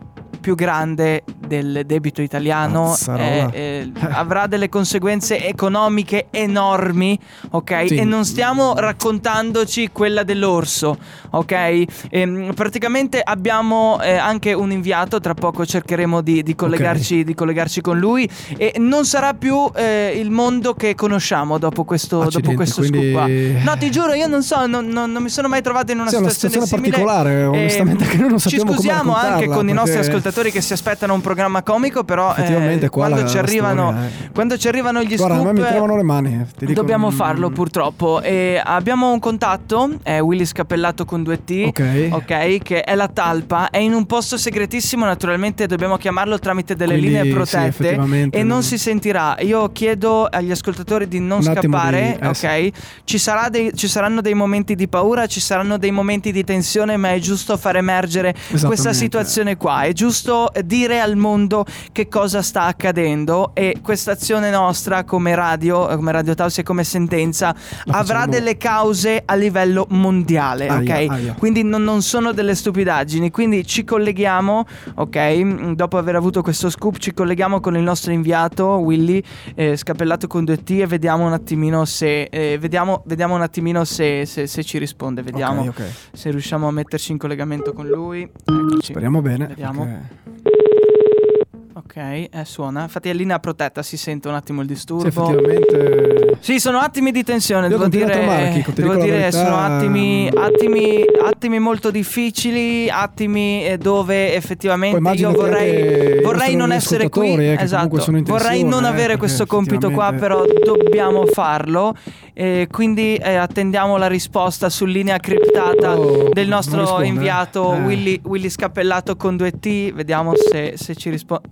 B: più grande del debito italiano.
F: Mazzarola.
B: eh, eh, avrà delle conseguenze economiche enormi, ok?
F: Sì.
B: E non stiamo raccontandoci quella dell'orso, ok? Ehm, praticamente abbiamo eh, anche un inviato. Tra poco cercheremo di, di collegarci, di collegarci con lui. E non sarà più eh, il mondo che conosciamo dopo questo, dopo
F: Accidenti,
B: questo
F: Ah, quindi-
B: scoop. qua. No, ti giuro, io non so, non, non- non mi sono mai trovato in una
F: Sì, è una
B: situazione,
F: situazione
B: simile.
F: particolare,
B: Eh,
F: onestamente, che noi non sappiamo
B: Ci
F: come
B: scusiamo anche
F: raccontarla,
B: con i nostri
F: perché-
B: ascoltatori che si aspettano un programma comico, però eh,
F: Effettivamente, qua
B: quando,
F: la-
B: ci
F: la
B: arrivano,
F: storia, eh.
B: quando ci arrivano gli
F: Guarda, a me
B: scoop...
F: mi tremano le mani. eh, ti dico,
B: Dobbiamo
F: mm,
B: farlo purtroppo. E abbiamo un contatto, è Willy Scappellato con 2T,
F: Ok.
B: ok, che è la talpa, è in un posto segretissimo, naturalmente dobbiamo chiamarlo tramite delle
F: Quindi,
B: linee
F: sì,
B: protette
F: effettivamente,
B: e non
F: mm.
B: si sentirà. Io chiedo agli ascoltatori di non
F: Un attimo
B: scappare,
F: di- eh, sì.
B: ok? Ci, sarà dei- ci saranno dei momenti di paura, ci saranno dei momenti di tensione, ma è giusto far emergere questa
F: Esattamente.
B: situazione qua, è giusto dire al mondo che cosa sta accadendo e questa azione nostra come radio, eh, come Radio Taos e come sentenza avrà
F: facciamo-
B: delle cause a livello mondiale,
F: Aia,
B: ok?
F: aia.
B: Quindi non, non sono delle stupidaggini, quindi ci colleghiamo, ok? Mm, Dopo aver avuto questo scoop ci colleghiamo con il nostro inviato Willy eh, Scappellato con 2T e vediamo un attimino se eh, vediamo, vediamo un attimino se, se- se ci risponde, vediamo
F: ok, ok.
B: se riusciamo a metterci in collegamento con lui. Eccoci.
F: Speriamo bene.
B: Vediamo.
F: perché-
B: Ok, eh, suona. Infatti è linea protetta, si sente un attimo il
F: Sì,
B: disturbo.
F: effettivamente.
B: Sì, sono attimi di tensione,
F: Io
B: devo
F: continuo a
B: dire,
F: tremare, Chico, ti
B: devo
F: dico la
B: dire
F: verità.
B: sono attimi, attimi, attimi molto difficili, attimi eh, dove effettivamente
F: Poi immagino
B: io
F: che anche
B: vorrei,
F: i
B: vorrei
F: nostri
B: non essere qui,
F: ascoltatori, eh, che
B: esatto,
F: comunque sono in
B: vorrei
F: tensione,
B: non
F: eh,
B: avere
F: perché
B: questo compito qua, però
F: effettivamente-
B: dobbiamo farlo, Eh, quindi eh, attendiamo la risposta su linea criptata
F: Oh,
B: del
F: non
B: nostro
F: risponde, eh.
B: inviato
F: Eh.
B: Willy, Willy Scappellato con 2T, vediamo se, se ci risponde.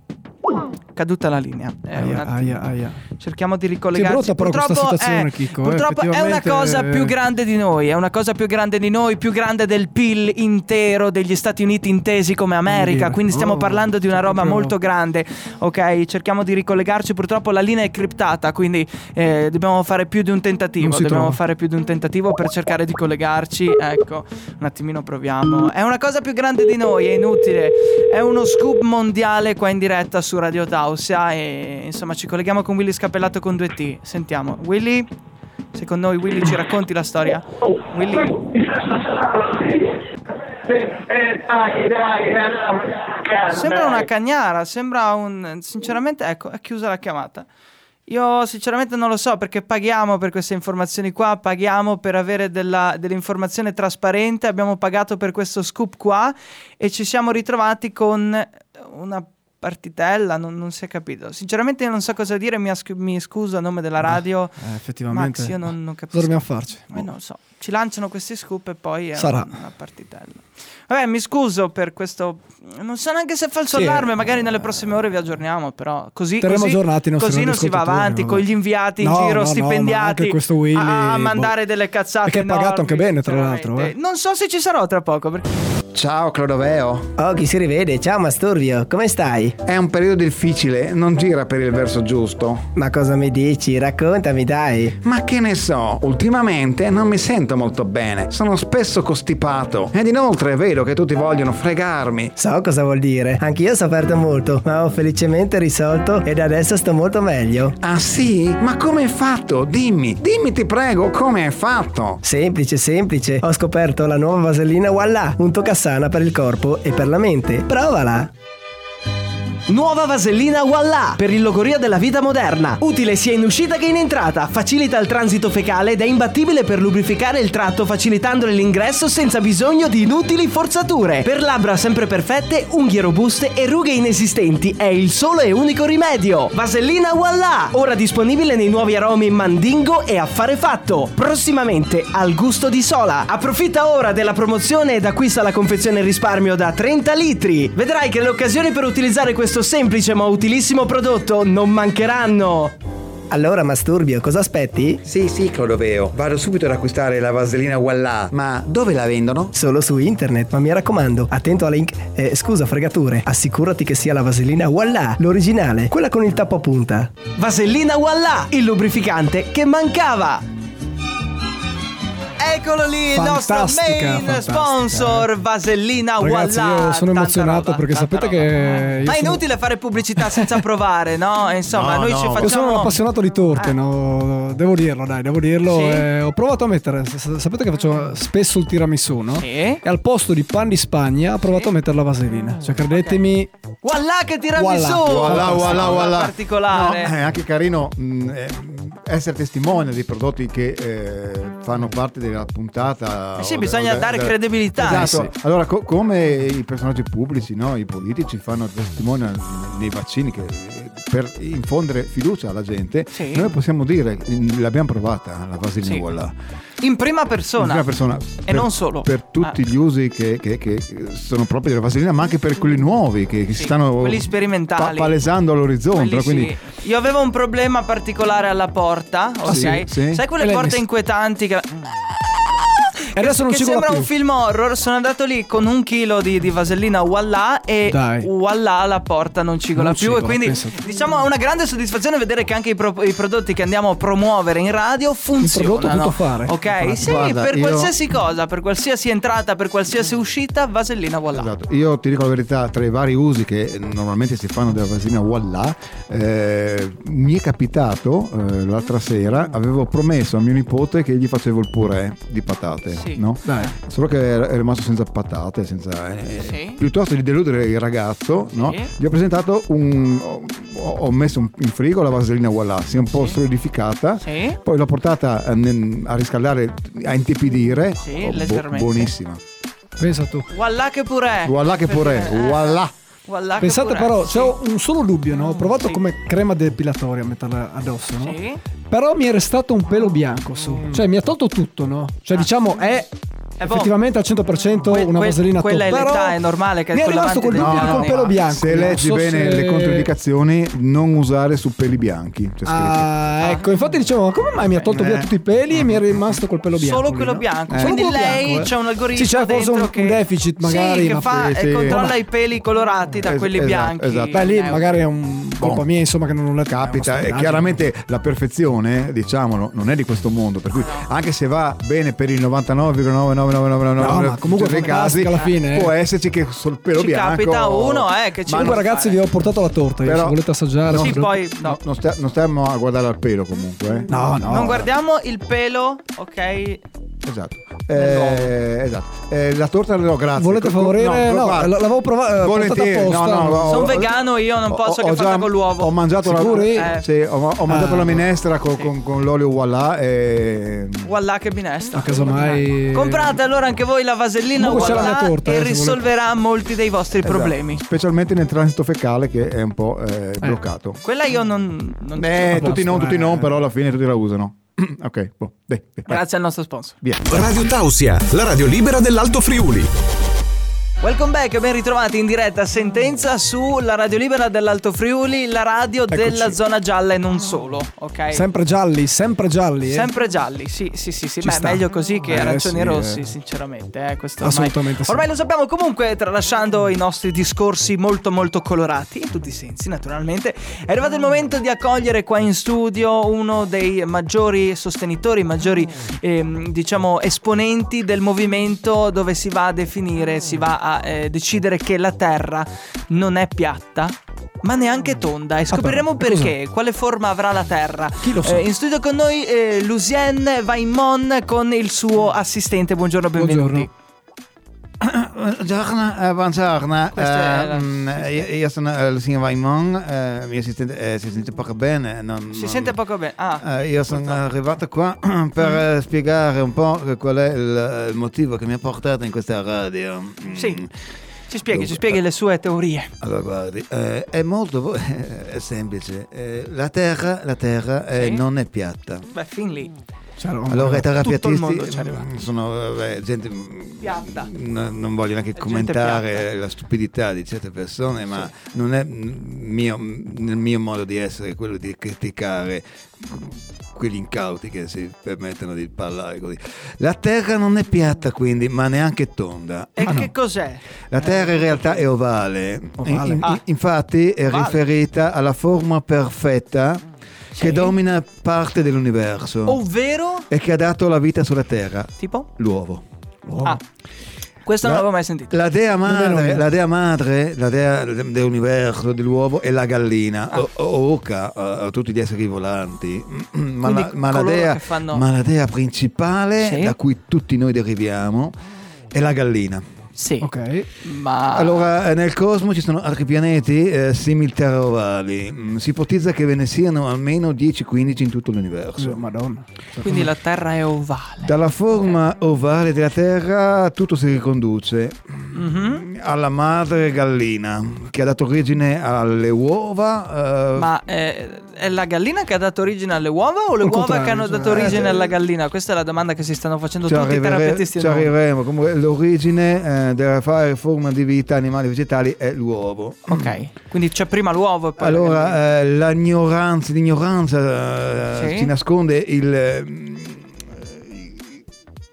B: Caduta la linea. Eh, un
F: Aia,
B: attimo.
F: aia, aia.
B: Cerchiamo di ricollegarci.
F: Sì, è brutta però questa
B: Purtroppo,
F: situazione,
B: eh,
F: Chicco, eh,
B: purtroppo è una
F: effettivamente-
B: cosa più grande di noi, è una cosa più grande di noi, più grande del PIL intero degli Stati Uniti intesi come America,
F: dire,
B: quindi stiamo
F: oh,
B: parlando di una
F: cioè,
B: roba
F: proprio-
B: molto grande. Ok, cerchiamo di ricollegarci, purtroppo la linea è criptata, quindi eh, dobbiamo fare più di un tentativo,
F: Non si
B: dobbiamo
F: trova.
B: fare più di un tentativo per cercare di collegarci. Ecco, un attimino proviamo. È una cosa più grande di noi, è inutile. È uno scoop mondiale qua in diretta su Radio Tausia e insomma ci colleghiamo con Willy Scappellato con 2T. Sentiamo, Willy, secondo noi Willy ci racconti la storia? Willy? Sembra una cagnara, sembra un... Sinceramente, ecco, è chiusa la chiamata. Io sinceramente non lo so perché paghiamo per queste informazioni qua, paghiamo per avere della, dell'informazione trasparente, abbiamo pagato per questo scoop qua e ci siamo ritrovati con una partitella, non, non si è capito. Sinceramente io non so cosa dire, mi, ascu- mi scuso a nome della radio.
K: Eh, effettivamente.
B: Max, io non, non capisco.
K: Cosa dobbiamo farci?
B: Eh, non so, ci lanciano questi scoop e poi è
K: Boh. Sarà.
B: una partitella. Vabbè, mi scuso per questo. Non so neanche se è falso
K: Sì,
B: allarme, magari
K: eh,
B: nelle prossime ore vi aggiorniamo, però così,
K: Terremo
B: così,
K: aggiornati i nostri
B: così non si va
K: ascoltatori,
B: avanti
K: vabbè.
B: con gli inviati in
K: No,
B: giro,
K: no, no, ma
B: stipendiati
K: anche questo Willy,
B: a
K: boh.
B: mandare delle cazzate.
K: Perché è pagato
B: enormi,
K: anche bene, tra l'altro, eh.
B: sinceramente. Non so se ci sarò tra poco. Perché...
D: Ciao Clodoveo.
F: Oh, chi si rivede? Ciao Masturbio, come stai?
D: È un periodo difficile, non gira per il verso giusto.
F: Ma cosa mi dici? Raccontami, dai.
D: Ma che ne so, ultimamente non mi sento molto bene, sono spesso costipato. Ed inoltre vedo che tutti vogliono fregarmi.
F: So cosa vuol dire. Anch'io ho sofferto molto, ma ho felicemente risolto ed adesso sto molto meglio.
D: Ah sì? Ma come hai fatto? Dimmi, dimmi ti prego, come hai fatto?
F: Semplice, semplice. Ho scoperto la nuova vasellina Walla, un tocassana per il corpo e per la mente. Provala! Nuova vasellina Walla per il logoria della vita moderna. Utile sia in uscita che in entrata, facilita il transito fecale ed è imbattibile per lubrificare il tratto facilitandone l'ingresso senza bisogno di inutili forzature. Per labbra sempre perfette, unghie robuste e rughe inesistenti è il solo e unico rimedio. Vasellina Walla, ora disponibile nei nuovi aromi mandingo e affare fatto. Prossimamente al gusto di sola. Approfitta ora della promozione ed acquista la confezione risparmio da 30 litri. Vedrai che le occasioni per utilizzare questo semplice ma utilissimo prodotto non mancheranno. Allora, Masturbio, cosa aspetti?
D: Sì, sì, Clodoveo. Vado subito ad acquistare la vasellina Walla. Ma dove la vendono?
F: Solo su internet, ma mi raccomando, attento alle link. eh, scusa, fregature, assicurati che sia la vasellina Walla, l'originale, quella con il tappo a punta. Vasellina Walla, il lubrificante che mancava.
B: Eccolo lì, il nostro
K: Fantastica,
B: main
K: fantastica. eh.
B: sponsor, Vasellina
K: Ragazzi,
B: Walla.
K: io sono
B: Tanta
K: emozionato
B: roba,
K: perché
B: tanta
K: sapete
B: roba.
K: che io
B: Ma è
K: sono-
B: inutile fare pubblicità senza provare, no? E Insomma, noi ci facciamo.
K: Io sono un appassionato di torte,
B: Ah.
K: no? Devo dirlo, dai, devo dirlo.
B: Sì.
K: Eh, ho provato a mettere. sa- Sapete che faccio spesso il tiramisù, no?
B: Sì.
K: E al posto di pan di Spagna ho provato a mettere la vaselina.
B: Ah,
K: Cioè, credetemi,
B: Voilà che tiramisù!
K: Voilà.
I: Voilà,
B: Questa
I: voilà,
B: roba
I: voilà.
B: Particolare.
I: No, è anche carino mh, eh, mh, essere testimone dei prodotti che eh, fanno parte della puntata.
B: Eh sì,
I: o de-
B: bisogna
I: o de-
B: dare
I: de-
B: credibilità.
I: Esatto.
B: Eh
I: Allora, co- come i personaggi pubblici, no? i politici fanno testimone nei vaccini che, eh, per infondere fiducia alla gente,
B: Sì.
I: noi possiamo dire mh, l'abbiamo provata la
B: Sì.
I: vaselina sì.
B: In prima persona.
I: eh, In prima persona.
B: E non solo.
I: Per tutti
B: Ah.
I: gli usi che, che- che sono propri della vaselina, ma anche per quelli nuovi che, che si
B: Sì,
I: stanno
B: quelli sperimentali.
I: palesando all'orizzonte.
B: Quelli
I: quindi
B: sì. Io avevo un problema particolare alla porta, ok?
I: sì, sì.
B: Sai
K: E
B: quelle
K: lei
B: porte
K: mi-
B: inquietanti che.
K: e adesso non
B: che
K: ci
B: sembra
K: guarda
B: un
K: più.
B: film horror. Sono andato lì con un chilo di, di vasellina Walla e
K: Dai.
B: Walla la porta non cigola
K: Non
B: più.
K: cigola,
B: e quindi
K: pensa tu.
B: diciamo è una grande soddisfazione vedere che anche i, pro- i prodotti che andiamo a promuovere in radio funzionano.
K: prodotto tutto fare.
B: Ok,
I: Infatti,
B: sì,
I: guarda,
B: per
I: io-
B: qualsiasi cosa, per qualsiasi entrata, per qualsiasi uscita, vasellina Walla.
I: Esatto. Io ti dico la verità, tra i vari usi che normalmente si fanno della vaselina voilà, eh, mi è capitato eh, l'altra sera, avevo promesso a mio nipote che gli facevo il purè di patate,
B: Sì.
I: no?
K: Dai.
I: Solo che era è rimasto senza patate, senza... eh,
B: Sì.
I: Piuttosto di deludere il ragazzo, no? Gli ho presentato un... ho, ho messo un- in frigo la vaselina voilà, si è un po' solidificata,
B: Sì.
I: poi l'ho portata eh, nel- a riscaldare, a intepidire,
B: Sì,
I: bu-
B: leggermente.
I: buonissima.
K: Pensa tu.
B: Walla che purè.
I: Voilà che purè, voilà!
B: Voilà che
K: Pensate
B: purè.
K: però,
B: Sì. Mm,
K: c'ho un solo dubbio, no? Ho provato
B: Sì.
K: come crema depilatoria a metterla addosso, no?
B: Sì. Mm.
K: Però mi è restato un pelo bianco su. Cioè, mi ha tolto tutto, no? Cioè, diciamo, è.
B: È bo-
K: effettivamente al 100%
B: Ah. Eh, boh. Que-
K: una
B: que-
K: vaselina top
B: quella è
K: però
B: l'età, è normale che
K: mi è
B: quella
K: rimasto col
B: avanti
K: dubbio
B: degli
K: col
B: anni.
K: pelo bianco
I: Se
K: Ah, non
I: leggi
K: so
I: bene
K: se-
I: le controindicazioni, non usare su peli bianchi. C'è scritto.
K: Ah, ecco, infatti dicevo, ma come mai mi ha tolto
I: Eh.
K: via tutti i peli e mi è rimasto col pelo bianco?
B: Solo
K: lì,
B: quello
K: no? Eh.
B: bianco.
K: Solo
B: Quindi
K: quello
B: lei
K: bianco, eh.
B: c'è un algoritmo.
K: Sì, c'è forse
B: dentro
K: un,
B: che...
K: un deficit magari.
B: Sì, che
K: ma
B: fa
I: sì,
B: e
I: sì.
B: controlla
I: Ma-
B: i peli colorati da
I: Es-
B: quelli
I: esatto,
B: bianchi.
I: esatto.
K: Beh, lì
B: Eh,
K: magari è un colpa mia, insomma, che non l'ho
I: Capita, e chiaramente la perfezione, diciamolo, non è di questo mondo. Per cui, anche se va bene per il 99,99999
K: No, ma comunque
I: dei
K: fantastica alla fine, eh.
I: può esserci che sul pelo
B: Ci
I: bianco.
B: capita uno, eh, che ci-
K: Comunque,
B: non
K: ragazzi,
B: fare.
K: vi ho portato la torta. io,
I: Però-
K: se volete assaggiare,
B: Sì,
K: se-
B: poi no.
I: No, non, sta- non stiamo
D: Oh.
I: a guardare al pelo comunque. eh.
K: No, no.
B: Non guardiamo il pelo, ok?
I: Esatto.
D: Eh, esatto. Eh, la torta no, grazie.
F: Volete
D: Co- co-
F: favorire? No,
D: guarda.
F: la- l'avevo prova- eh,
D: Volentieri.
F: portata apposta.
D: No, no,
B: Sono
D: ho-
B: vegano, io non posso
D: Oh, ho-
B: che
D: ho
B: fatta
D: già-
B: con l'uovo.
D: Ho mangiato,
F: Sicuri?
D: la,
B: Eh.
D: sì, ho, ho mangiato
F: Ah.
D: la minestra con, con- con l'olio voilà eh, e...
B: Voilà che minestra.
F: A caso mai.
B: Comprate allora anche voi la vasellina
F: Comunque c'era
B: voilà
F: la torta, eh,
B: e
F: se
B: risolverà molti dei vostri
D: Esatto.
B: problemi.
D: Specialmente nel transito fecale che è un po' eh, bloccato.
B: Quella io non... non
D: Eh,
F: posto,
D: tutti non, tutti
F: eh.
D: non, però alla fine tutti la usano. *clears throat* ok, boh, dai, *coughs* dai, vai.
B: Grazie al nostro sponsor.
D: via.
G: Radio Tausia, la radio libera dell'Alto Friuli.
B: Welcome back, ben ritrovati in diretta a sentenza sulla radio libera dell'Alto Friuli, la radio della zona gialla e non solo, ok?
F: Sempre gialli, sempre gialli. eh.
B: Sempre gialli, sì, sì, sì, sì. Beh,
F: sta.
B: meglio così che
F: Eh,
B: arancioni
F: sì,
B: rossi,
F: eh.
B: sinceramente. eh, questo ormai-
F: Assolutamente sì.
B: Ormai lo sappiamo. Comunque, tralasciando i nostri discorsi molto, molto colorati, in tutti i sensi, naturalmente, è arrivato il momento di accogliere qua in studio uno dei maggiori sostenitori, maggiori, ehm, diciamo, esponenti del movimento dove si va a definire, si va a eh, decidere che la Terra non è piatta. Ma neanche tonda e scopriremo
F: Ah, però, e cos'è?
B: perché, Eh, quale forma avrà la Terra.
F: Chi lo sa?
B: Eh, in studio con noi eh, Lucien Vaimon con il suo assistente. Buongiorno, benvenuti.
F: Buongiorno.
D: Buongiorno, eh, buongiorno.
B: Questo è la-
D: Eh, mm, io, io sono eh, Lucina Vaimon, eh, mi assistente, eh, si sente poco bene. non-
B: Si
D: non-
B: sente poco Mm. bene. Ah,
D: Eh, io sono arrivato qua *clears throat* per eh, spiegare un po' che- qual è il, il motivo che mi ha portato in questa radio. Mm.
B: sì. Ci spieghi, ci
D: Dunque,
B: spieghi le sue teorie.
D: Allora, guardi, eh, è molto *laughs* vo- è semplice. Eh, la Terra, la terra eh,
B: Sì.
D: non è piatta.
B: Beh, fin lì.
F: Cioè,
D: Allora, i
B: il
D: terapeutisti
B: mondo ci è arrivato.
D: mm, sono eh, beh, gente mm,
B: Piatta.
D: n- non voglio neanche
B: gente
D: commentare la stupidità di certe persone, ma non è mm, mio, nel mio modo di essere quello di criticare quegli incauti che si permettono di parlare così. La terra non è piatta quindi, ma neanche tonda.
B: E
D: Ma
B: che
D: Ah, no.
B: cos'è?
D: La Terra in realtà è ovale, In- in-
B: Ah.
D: infatti è
B: Ovale.
D: riferita alla forma perfetta
B: Sì.
D: che domina parte dell'universo
B: Ovvero,
D: e che ha dato la vita sulla Terra,
B: tipo?
D: l'uovo. Oh.
B: Ah, questo non
D: La-
B: l'avevo mai sentito.
D: La dea madre, la dea madre, la dea dell'universo, dell'uovo è la gallina,
B: Ah.
D: o, o oca a, a tutti gli esseri volanti, *clears throat* ma,
B: Quindi
D: la, ma la
B: coloro
D: dea,
B: che fanno-
D: ma la dea principale
B: Sì.
D: da cui tutti noi deriviamo è la gallina.
B: Sì.
F: Ok.
B: Ma
D: Allora, eh, nel cosmo ci sono altri pianeti eh, simili terra ovali. Mm, si ipotizza che ve ne siano almeno 10-15 in tutto
B: Mm,
D: l'universo.
F: Madonna.
B: quindi la Terra è ovale.
D: Dalla forma ovale della Terra tutto si riconduce
B: Mhm.
D: alla madre gallina che ha dato origine alle uova. eh,
B: Ma eh, è la gallina che ha dato origine alle uova o le uova
F: Al
B: che
F: contrario,
B: hanno
F: cioè,
B: dato origine
D: eh,
B: alla gallina? Questa è la domanda che si stanno facendo
D: ci,
B: tutti i
D: arrivere-
B: terapeutisti.
D: ci
B: no?
D: arriveremo. Comunque, l'origine eh, della fare forma di vita animali e vegetali è l'uovo.
B: Ok, quindi c'è prima l'uovo e poi la gallina.
D: Mm. Allora, eh, l'ignoranza, l'ignoranza eh,
B: Sì.
D: ci nasconde il... eh,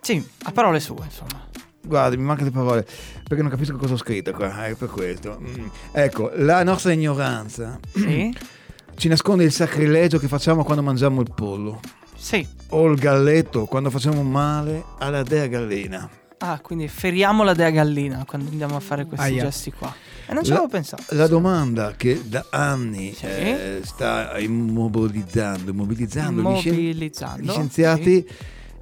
B: Sì, a parole sue, insomma.
D: Guarda, mi mancano le parole, perché non capisco cosa ho scritto qua, è per questo. Mm. Ecco, la nostra ignoranza
B: Sì?
D: ci nasconde il sacrilegio che facciamo quando mangiamo il pollo,
B: Sì.
D: o il galletto, quando facciamo male alla dea gallina.
B: Ah, quindi feriamo la dea gallina quando andiamo a fare questi
F: Aia.
B: gesti qua. E non ci
D: La-
B: avevo pensato.
D: La domanda che da anni
B: Sì.
D: eh, sta immobilizzando, immobilizzando, gli scien-
B: Immobilizzando.
D: gli scienziati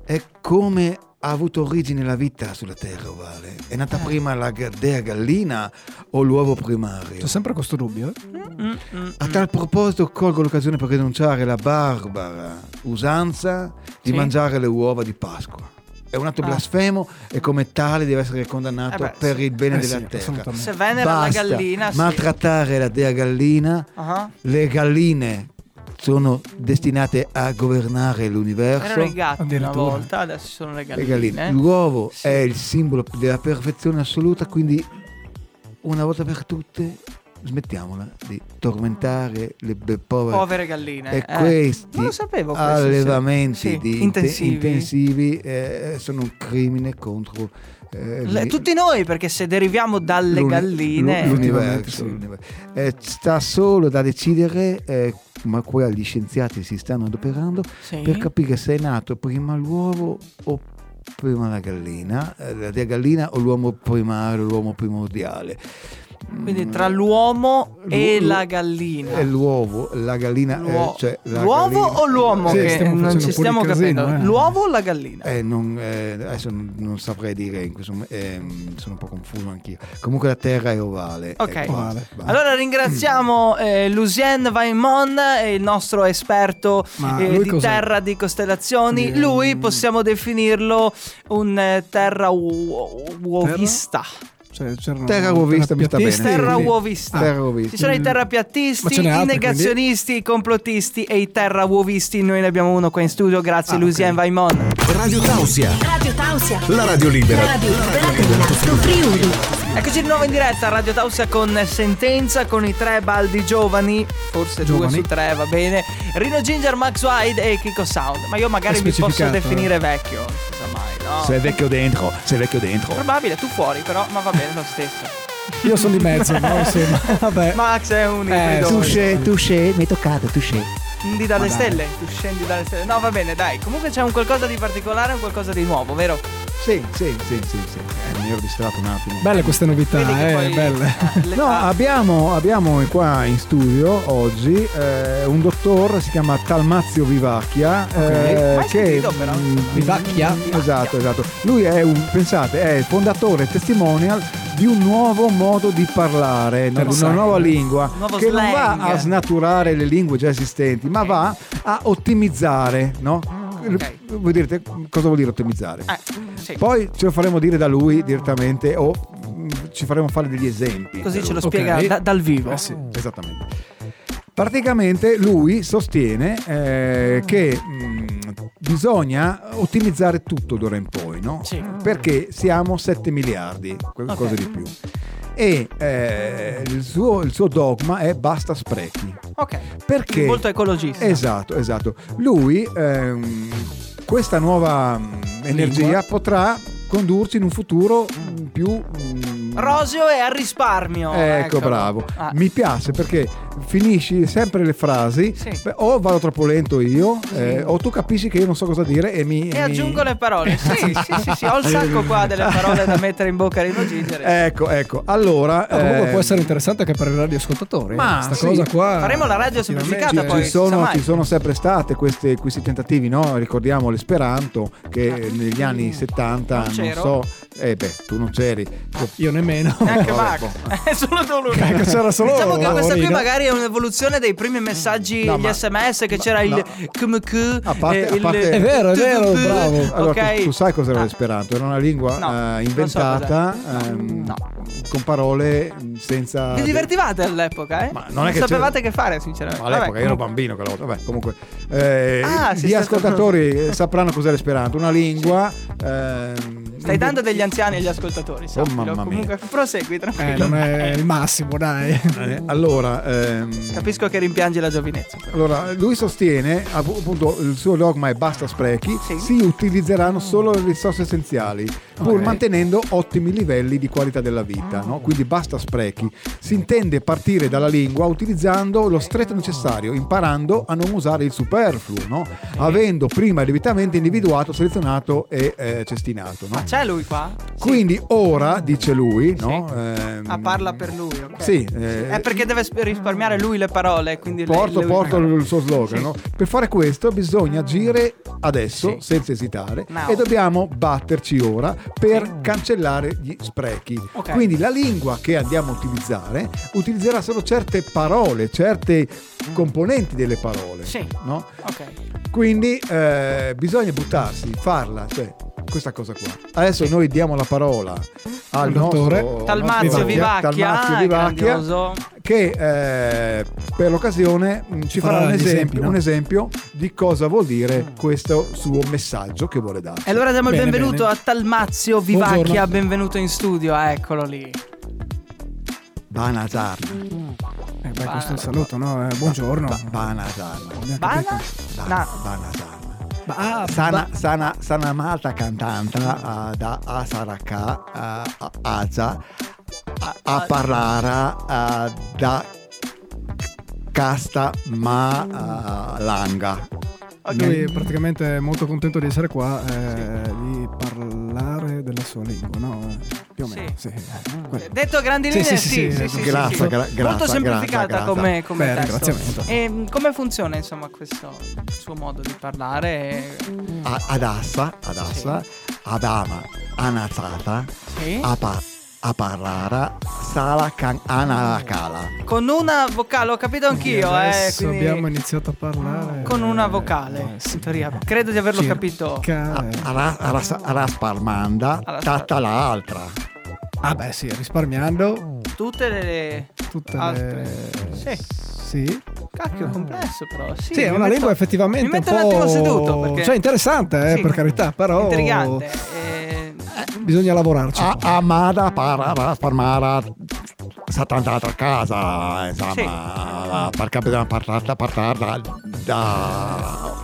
D: è come ha avuto origine la vita sulla Terra ovale. È
B: Eh.
D: nata prima la ga- dea gallina o l'uovo primario?
F: C'è sempre questo dubbio. eh.
B: sì. Mm, mm, mm.
D: A tal proposito colgo l'occasione per denunciare la barbara usanza di
B: Sì.
D: mangiare le uova di Pasqua. È un atto
B: Ah.
D: blasfemo e come tale deve essere condannato
B: Eh beh,
D: per
B: sì.
D: il bene
F: Eh
D: della
F: sì,
D: Terra.
F: assolutamente.
B: Se venera
D: Basta
B: la gallina, sì.
D: maltrattare la dea gallina.
B: Ah,
D: Le galline sono destinate a governare l'universo.
B: Erano i gatti una
F: Addirittura.
B: volta, adesso sono le
D: Le
B: galline.
D: galline. L'uovo
B: Sì.
D: è il simbolo della perfezione assoluta, quindi una volta per tutte smettiamola di tormentare le be- povere,
B: Povere galline.
D: E
B: eh.
D: questi
B: Non lo sapevo questo, sì.
D: allevamenti
B: Sì,
D: di-
B: intensivi.
D: intensivi, eh, sono un crimine contro eh,
B: Le-
D: gli-
B: tutti noi, perché se deriviamo dalle
D: l'uni-
B: galline...
D: l'u-
F: Effettivamente
D: l'universo,
F: sì.
D: l'universo. Eh, sta solo da decidere eh, ma qua gli scienziati si stanno adoperando
B: Sì.
D: per capire se è nato prima l'uovo o prima la gallina, eh, la dea gallina o l'uomo primario, l'uomo primordiale.
B: Quindi tra l'uomo e la gallina.
L: È l'uovo, la gallina.
B: L'uo-
L: eh, cioè, la
B: l'uovo
L: gallina-
B: o l'uomo?
L: Sì,
B: che
L: stiamo
B: non
L: facendo
B: ci
L: un po' di
B: stiamo
L: casino,
B: capendo.
L: eh.
B: L'uovo o la gallina?
L: Eh, non, eh, adesso non, non saprei dire, in questo momento, ehm, sono un po' confuso anch'io. Comunque la terra è ovale.
B: Ok,
L: Ecco, basta, basta.
B: allora ringraziamo eh, Lucien Vaimon, eh, il nostro esperto
L: Ma
B: eh,
L: lui
B: di
L: cos'è?
B: terra di costellazioni. Lui possiamo definirlo un eh, terra uo- uovista.
C: Cioè, c'era una-
L: Terra uovista mi sta bene.
C: terrapiattista.
B: Terra
L: Sì, sì.
B: uovista.
L: Terra uovista.
B: Ci sono i
L: Mm.
C: Ma
B: terrapiattisti,
C: ce n'è
B: i
C: altri,
B: negazionisti, i complottisti e i terra uovisti. Noi ne abbiamo uno qua in studio.
L: Ah,
B: Grazie, Lucien Vaimon.
A: Radio Tausia.
E: Radio Tausia.
A: La radio libera.
E: La radio libera del Lazio Friuli.
B: Eccoci di nuovo in diretta a Radio Tausia con Sentenza, con i tre baldi giovani, forse
C: Giovani.
B: due su tre, va bene. Rino Ginger, Max Wide e Kiko Sound. Ma io
C: È
B: magari mi posso
C: specificato,
B: definire
C: eh.
B: vecchio, non si sa mai, no?
M: Sei vecchio dentro, sei vecchio dentro.
B: Probabile, tu fuori però, ma va bene lo stesso.
F: Io sono di
B: *laughs*
F: mezzo, no? Sì, ma vabbè.
B: Max è un ibrido.
L: Eh,
I: touché, touché, mi è toccato, touché.
B: Scendi dalle
I: Ma dai.
B: stelle, tu scendi dalle stelle. No, va bene, dai. Comunque c'è un qualcosa di particolare, un qualcosa di nuovo, vero?
L: Sì, sì, sì, sì, sì. Eh, mi ero distratto un attimo.
F: Belle queste novità, eh,
B: *laughs*
F: belle.
B: ah,
L: No,
D: ah. abbiamo, abbiamo qua in studio oggi eh, un dottor, si chiama Talmazio Vivacchia. eh,
L: Mai sentito, però.
D: mm,
L: Vivacchia?
D: Esatto, esatto. Lui è un, pensate, è il fondatore e testimonial di un nuovo modo di parlare, no- una
L: Interessante.
D: nuova lingua
L: Nuovo
D: che non va
L: slang.
D: a snaturare le lingue già esistenti, ma va a ottimizzare, no?
L: Ah,
D: Voi direte cosa vuol dire ottimizzare?
L: Ecco.
B: eh,
D: Poi ce lo faremo dire da lui direttamente o mm, ci faremo fare degli esempi.
B: Così
D: da
B: ce lo
D: lui.
B: spiega da- dal vivo.
D: Eh sì, esattamente. Praticamente lui sostiene eh, che mm, bisogna ottimizzare tutto d'ora in poi, no? Perché siamo 7 miliardi, qualcosa
L: Ok.
D: di più. E eh, il, suo, il suo dogma è basta sprechi.
B: Ok.
D: Perché?
B: Molto ecologista.
D: Esatto, esatto. Lui, ehm, questa nuova mm, energia potrà condurci in un futuro mm, più mm,
B: Roseo è al risparmio.
D: Ecco, bravo.
B: Ah,
D: Mi piace perché finisci sempre le frasi. beh, O vado troppo lento io, eh, o tu capisci che io non so cosa dire e mi.
B: E aggiungo le parole. Sì, sì, sì, sì, ho il sacco qua
D: *laughs*
B: delle parole da mettere in bocca a Rino Ginger.
D: Ecco, ecco. Allora.
F: No, Ah, comunque
D: eh,
F: può essere interessante anche per i radioascoltatori.
D: Ma
F: eh. sta
D: sì.
F: cosa qua.
B: Faremo la radio semplificata
D: ci,
B: poi. eh. si
D: ci
B: sa
D: sono,
B: mai.
D: ci sono sempre state queste- questi tentativi, no? ricordiamo l'esperanto che negli anni 70, non,
B: Ah. c'ero.
D: so, eh beh, tu non c'eri.
F: Io nemmeno.
B: Anche Max. *laughs* È solo tu lui.
F: *laughs* Ecco, c'era solo
B: Eh. diciamo che questa qui
F: Orino.
B: magari è un'evoluzione dei primi messaggi,
F: No,
B: gli
F: ma-
B: sms che c'era il QMQ.
D: A parte,
B: eh,
D: a
B: il-
D: parte-
B: TVP,
D: Allora, tu-
B: ok. Ah.
D: tu, sai cos'era l'esperanto? Era una lingua eh, inventata ehm, con parole senza.
B: Vi divertivate all'epoca, eh? Ma
D: non è che
B: sapevate che fare, sinceramente.
D: Ma all'epoca
B: Vabbè,
D: io ero
B: comunque.
D: bambino quella volta. Vabbè, comunque, eh,
B: Ah, sei
D: gli
B: stato-
D: ascoltatori eh, sapranno cos'è l'esperanto. Una lingua. ehm,
B: Stai dando degli anziani agli ascoltatori, sappilo.
D: Oh, mamma mia.
B: Comunque, prosegui tranquillo.
F: Eh, non è il massimo, dai.
D: Eh, allora, ehm,
B: Capisco che rimpiangi la giovinezza.
D: allora, lui sostiene app- appunto il suo dogma è basta sprechi, si utilizzeranno solo le risorse essenziali, pur
L: Ok.
D: mantenendo ottimi livelli di qualità della vita, no? quindi basta sprechi. Si intende partire dalla lingua utilizzando lo stretto necessario, imparando a non usare il superfluo, no? avendo prima debitamente individuato, selezionato e eh, cestinato. no?
B: C'è lui qua?
D: Quindi ora, dice lui, no? Ehm,
B: Ah, parla per lui, ok.
D: sì, eh,
B: È perché deve sp- risparmiare lui le parole, quindi le- Ah.
D: Porto,
B: le-
D: porto il suo slogan. no? Per fare questo bisogna agire adesso, senza esitare,
B: Now.
D: e dobbiamo batterci ora
B: Mm.
D: per cancellare gli sprechi.
L: Ok.
D: Quindi la lingua che andiamo a utilizzare utilizzerà solo certe parole, certe
B: Mm.
D: componenti delle parole. no? Quindi eh, bisogna buttarsi, farla, cioè questa cosa qua. Adesso noi diamo la parola al
F: dottore.
D: nostro
B: Talmazio
D: nostro
B: Vivacchia, Ah,
D: Talmazio Vivacchia,
B: grandioso.
D: che eh, per l'occasione mh, ci farà
F: Farà
D: un
F: gli
D: esempio,
F: esempi, no?
D: un esempio di cosa vuol dire questo suo messaggio che vuole dare.
B: Ah. E allora diamo il benvenuto a Talmazio Vivacchia,
D: Buongiorno.
B: benvenuto in studio, ah, eccolo lì.
D: Banatar.
F: Eh, beh, questo è un saluto, no? Eh, buongiorno.
D: Banatar.
B: Bana? Na-
F: Ah,
D: Sana, sana, sana amata cantante ah, da Asaraka ah, a Aza a, a parlare ah, da Casta Ma ah, Langa.
F: Lui praticamente è molto contento di essere qua, eh, di parlare della sua lingua.
D: casalingo, no? Più o meno. Sì.
B: Eh, Detto a grandi linee, sì, sì, sì, sì, sì,
D: Grazie,
B: sì.
D: gra-
B: molto
D: grazie,
B: semplificata
D: grazie,
B: come,
D: grazie.
B: come
D: Beh,
B: testo.
D: ringraziamento.
B: E mh, come funziona insomma questo suo modo di parlare?
D: A- Adassa, Adassa, Adama, Anazata,
B: Sì.
D: Apa, Aparara, Sala Can, Analakala.
B: Con una vocale, ho capito anch'io, eh,
F: Adesso
B: quindi
F: abbiamo iniziato a parlare.
B: con una
F: Eh,
B: vocale, in teoria. Credo di averlo capito.
D: Ara- Aras- Arasparmanda, Tatta la altra.
F: Ah, beh, sì, risparmiando.
B: Tutte le
F: Tutte
B: altre.
F: le-
B: Sì.
F: Sì. Ah.
B: Cacchio, è complesso però. Sì,
F: Sì, è
B: mi
F: una
B: metto-
F: lingua effettivamente
B: Mi metto
F: un
B: un
F: po'...
B: attimo seduto. Perché...
F: Cioè, interessante, eh,
B: Sì,
F: per carità, però...
B: Intrigante. Ah. eh,
F: Bisogna lavorarci.
D: A- Amada Parara Parmara Satantata Casa, eh,
B: Sì.
D: insomma, per capire parlarla, parlarla da...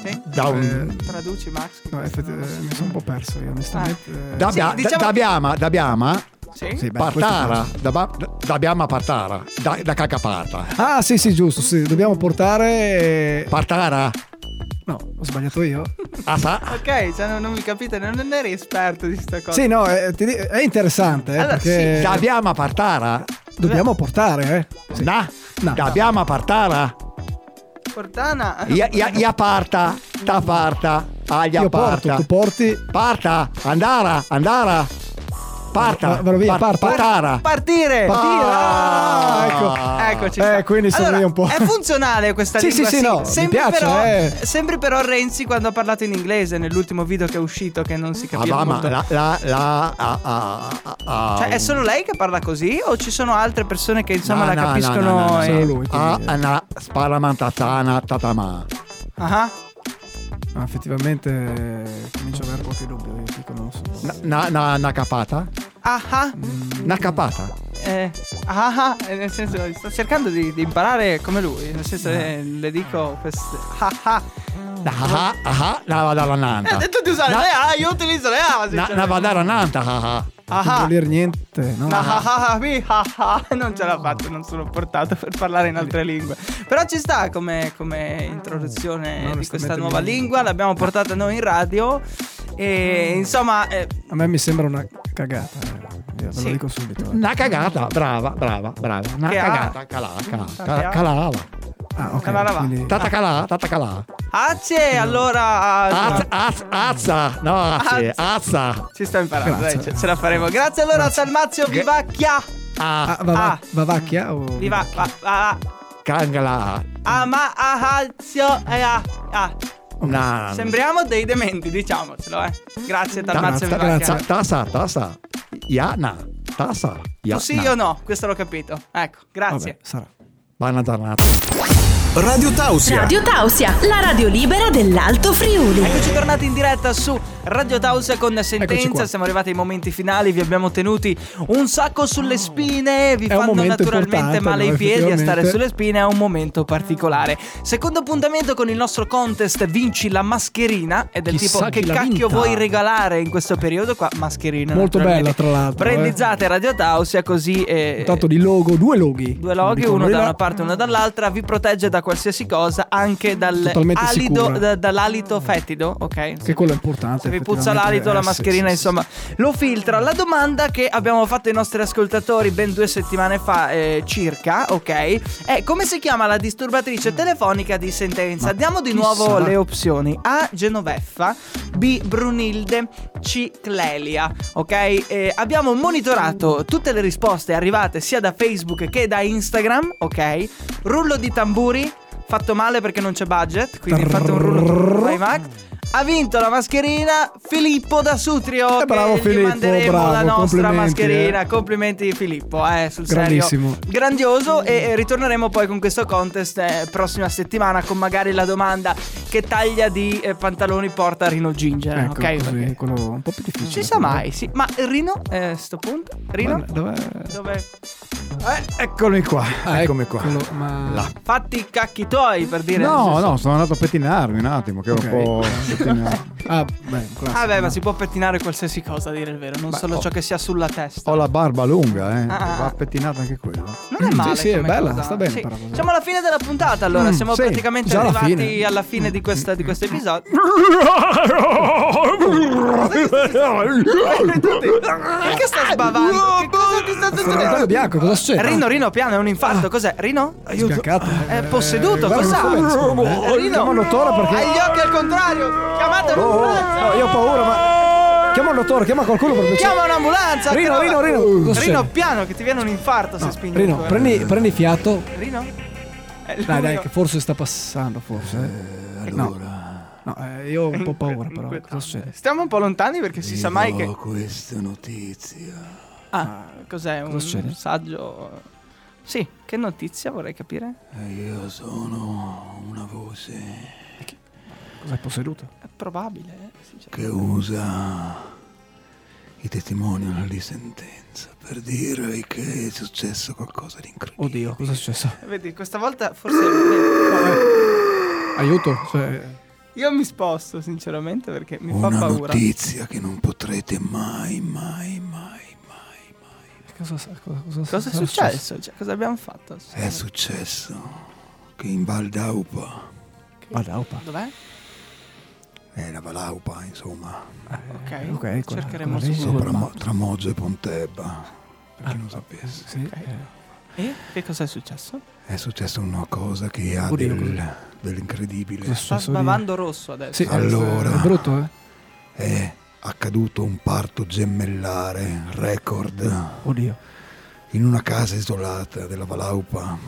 B: sì? Eh,
D: Da un...
B: Traduci Max?
F: No, effetti- eh, mi sono un po' perso io, onestamente. eh.
D: Da, Bia- da- da Biama, da Biama,
B: Ah. diciamo- Sì?
F: Sì, beh,
D: Partara,
F: questo
D: da, Ba- da Biama Partara, da, da Cacapata.
F: Ah, sì, sì, giusto, sì. Dobbiamo portare... eh,
D: Partara,
F: No, ho sbagliato io.
D: Asa,
B: Ok, cioè, non, non mi capite, non, non eri esperto di sta cosa.
F: Sì, no, è, ti di- è interessante, eh,
B: Allora,
F: perché...
B: sì.
D: da Biama Partara,
F: Dobbiamo portare, eh. Sì.
D: da,
F: No.
D: da Biama Partara,
B: Cortana.
D: ia, ia, ia parta, ta parta, aglia
F: Io porto,
D: parta.
F: tu porti...
D: Parta, andara, andara. Parta,
F: Va- vado via, parta.
D: Patara.
B: Partire!
F: Partire!
D: Ah,
F: Ah, ecco.
B: Eccoci.
F: Eh,
B: sta.
F: quindi sono
B: Allora,
F: io un po'.
B: È funzionale questa
F: Sì,
B: lingua.
F: sì, sì, no, mi
B: Sempre
F: piace,
B: però,
F: eh.
B: sempre però Renzi quando ha parlato in inglese nell'ultimo video che è uscito che non si capiva
D: Ah, ma
B: molto.
D: la, la, la, ah, ah, ah, ah,
B: Cioè, è solo lei che parla così o ci sono altre persone che insomma la
D: no, no,
B: capiscono
D: no, no, no,
B: e-
F: Solo lui, quindi-
D: Ah, na, sparamantatana, tatama.
B: Ah,
F: Ah, effettivamente eh, comincio ad avere qualche dubbio, io ti conosco.
D: Na, na, na, na capata?
B: ah, ah,
D: Na capata.
B: eh, ah, ah, eh, nel senso sto cercando di, di imparare come lui, nel senso eh, le dico queste ah, ah.
D: Na ah, ah, ah, na vadara
B: Eh, ha
D: nanta.
B: detto di usare
D: Na-
B: le A, io utilizzo le A.
D: Na, na
B: sinceramente.
D: vadara nanta, ah, ah.
B: Ah,
F: Non
B: ah.
F: vuol dire niente, no?
B: Ah, ah, ah, mi, ah, ah. Non ce l'ha fatta, non sono portato per parlare in altre lingue. Però ci sta come, come introduzione di questa
F: onestamente
B: nuova
F: mi-
B: lingua, l'abbiamo portata noi in radio. E insomma, eh,
F: A me mi sembra una cagata, eh. ve
B: Sì.
F: lo dico subito. eh.
D: Na cagata, brava, brava, brava. Na
B: Che ha?
D: cagata, calà, calà, calava.
F: Ah, ok.
B: Allora va.
F: quindi-
D: Tata calà, tata calà.
B: Ace, allora
F: Ah,
D: Azza, azza, azza, no, azze, azza,
B: ci sto imparando,
F: Grazie.
B: dai, ce, ce la faremo. Grazie allora a Salmazio Vivacchia.
D: a,
F: Ah, va, va,
B: Ah.
F: Vavacchia o...
B: Viva, va, va,
D: cangala,
B: a, ma, a, alzio, e a, a.
D: na,
B: Sembriamo dei dementi, diciamocelo, eh. Grazie Salmazio
D: ta- ta- ta-
B: Vivacchia.
D: tasa, tasa, yana, tasa,
B: Tu
D: yana,
B: sì o no? Questo l'ho capito. Ecco, grazie.
F: Vabbè, sarà.
D: Buona giornata.
G: Radio Tausia.
E: Radio Tausia, la radio libera dell'Alto Friuli.
B: Eccoci tornati in diretta su Radio Taus con
F: Eccoci
B: sentenza.
F: qua.
B: Siamo arrivati ai momenti finali, vi abbiamo tenuti un sacco sulle spine. Vi
F: È un
B: fanno
F: momento
B: naturalmente
F: importante,
B: male
F: no,
B: i piedi a stare
F: effettivamente.
B: sulle spine, è un momento particolare. Secondo appuntamento con il nostro contest Vinci la mascherina. È del
F: Chissà
B: tipo che
F: chi l'ha
B: cacchio
F: vinta."
B: vuoi regalare in questo periodo qua? Mascherina.
F: Molto
B: naturalmente.
F: bella, tra l'altro, eh.
B: Brandizzate Radio Tausia così. eh,
F: Tanto di logo, due loghi.
B: Due loghi,
F: Dicono
B: uno
F: di
B: da
F: là.
B: una parte e uno dall'altra, vi protegge da qualsiasi cosa, anche dal
F: Totalmente
B: alido,
F: sicura.
B: da- dall'alito fetido, ok?
F: Che quello è importante.
B: Se vi puzza
F: effettivamente.
B: l'alito, la
F: Eh, sì,
B: mascherina,
F: sì, sì.
B: insomma, lo filtra. La domanda che abbiamo fatto ai nostri ascoltatori ben due settimane fa, eh, circa, ok? È come si chiama la disturbatrice telefonica di sentenza?
F: Ma
B: Diamo di
F: chi
B: nuovo
F: sarà?
B: le opzioni: A. Genoveffa, B. Brunilde, C. Clelia, ok? Eh, abbiamo monitorato tutte le risposte arrivate sia da Facebook che da Instagram, ok? Rullo di tamburi. Fatto male perché non c'è budget, quindi fate un rullo. Vai, Mac. Ha vinto la mascherina Filippo da Sutrio.
F: Eh, bravo
B: che gli
F: Filippo,
B: manderemo la
F: bravo,
B: nostra
F: complimenti,
B: mascherina.
F: eh.
B: Complimenti Filippo, eh, sul
F: Grandissimo.
B: serio. Grandioso e e ritorneremo poi con questo contest eh, prossima settimana con magari la domanda che taglia di eh, pantaloni porta Rino Ginger,
F: Ecco,
B: ok?
F: così,
B: Perché
F: quello un po' più difficile.
B: Non si sa mai, sì. Ma Rino, eh, sto punto? Rino?
F: Ma dov'è?
B: Dove? Eh, ecco,
D: Eccomi qua,
F: Ah,
D: eccomi qua.
F: eccolo, ma...
D: Là.
B: Fatti i cacchi tuoi per dire. nel
D: No,
B: senso-
D: no, sono andato a pettinarmi un attimo, che ero
F: Ok.
D: un po'... pettinato.
F: Ah, beh, un classico.
B: Ah, beh, ma si può pettinare qualsiasi cosa, a dire il vero, non solo
F: oh.
B: ciò che sia sulla testa.
D: Ho la barba lunga, eh.
B: Ah.
D: Va pettinata anche quella.
B: Non è male.
F: Mm, sì, è
B: come
F: bella,
B: cosa.
F: sta bene
B: Sì.
F: però così.
B: Siamo alla fine della puntata, allora.
D: Mm,
B: Siamo
D: sì,
B: praticamente
F: già alla
B: arrivati
F: fine. *laughs*
B: alla fine di, questa- di questo episodio. Perché sta sbavando? Che cosa ti sta succedendo?
F: Segretario bianco, cosa succede?
B: Rino, Rino, piano, è un infarto. Cos'è? Rino?
F: Sbiancato.
B: È posseduto,
F: Eh, guarda,
B: cos'ha?
F: non so, insomma, eh.
B: Rino,
F: Chiamalo Tora perché-
B: ha gli occhi al contrario. Chiamatelo un'ambulanza.
F: Oh, io ho paura, ma. Chiama un dottore, chiama qualcuno per piacere.
B: Chiama un'ambulanza.
F: Rino,
B: che roba-
F: Rino, Rino. Cosa
B: Rino,
F: c'è?
B: piano, che ti viene un infarto se spingi.
F: Rino,
B: ancora.
F: prendi, prendi fiato.
B: Rino? Eh, lui-
F: Dai, dai, che forse sta passando, forse. allora. No, eh, io ho un po' paura, però. Cosa succede?
B: Stiamo un po' lontani perché si sa mai che.
I: questa notizia.
B: Ah, cos'è? Un
I: succede?
B: saggio. Sì, che notizia vorrei capire?
I: Eh, Io sono una voce
F: Cos'è posseduto?
B: È probabile, eh, sinceramente.
I: che usa i testimonial di sentenza per dirvi che è successo qualcosa di incredibile.
F: Oddio, cosa è successo?
B: Vedi, questa volta forse.
F: Aiuto? Cioè,
B: Io mi sposto, sinceramente, perché mi fa
I: Una
B: paura.
I: notizia che non potrete mai, mai, mai.
F: cosa, cosa, cosa,
B: Cosa è successo? Cioè, cosa abbiamo fatto?
I: È successo che in Val d'Aupa,
F: Badaupa.
B: Dov'è?
I: è la Valaupa, insomma,
B: Ok,
F: ok, con-
B: cercheremo
F: con
B: su.
F: Reso.
I: sopra Mo- tra Moggio e Pontebba, per chi non sapesse.
B: E che cosa è successo?
I: È successa una cosa che ha
F: Oddio,
I: del-
F: cosa-
I: dell'incredibile.
B: Sta sbavando rosso adesso. eh?
F: Sì, è-
I: Allora.
F: È brutto, eh?
I: È accaduto un parto gemellare record
F: Oddio.
I: in una casa isolata della Valaupa.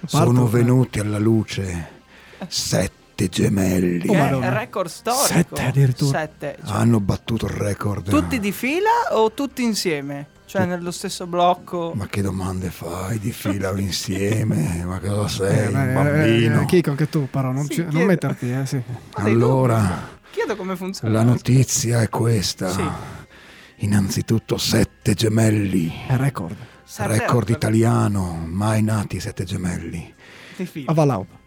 F: Parto,
I: Sono
F: eh.
I: venuti alla luce sette gemelli.
F: Oh,
B: Che è record storico.
I: Sette addirittura.
B: Sette. Cioè,
I: Hanno battuto il record.
B: tutti di fila o tutti insieme? Cioè, nello stesso blocco.
I: Ma che domande fai di fila insieme? Ma cosa
F: Eh,
I: sei? un
F: eh,
I: bambino.
F: eh, Chico, anche tu, però, non,
B: Sì,
F: ci- non
B: chiedo.
F: metterti, eh, sì.
I: Allora,
B: Chiedo come funziona.
I: la notizia è questa.
B: Sì.
I: Innanzitutto sette gemelli.
F: È record.
B: Sette
I: Record italiano, mai nati sette gemelli.
B: Di fila.
F: A Valaupa.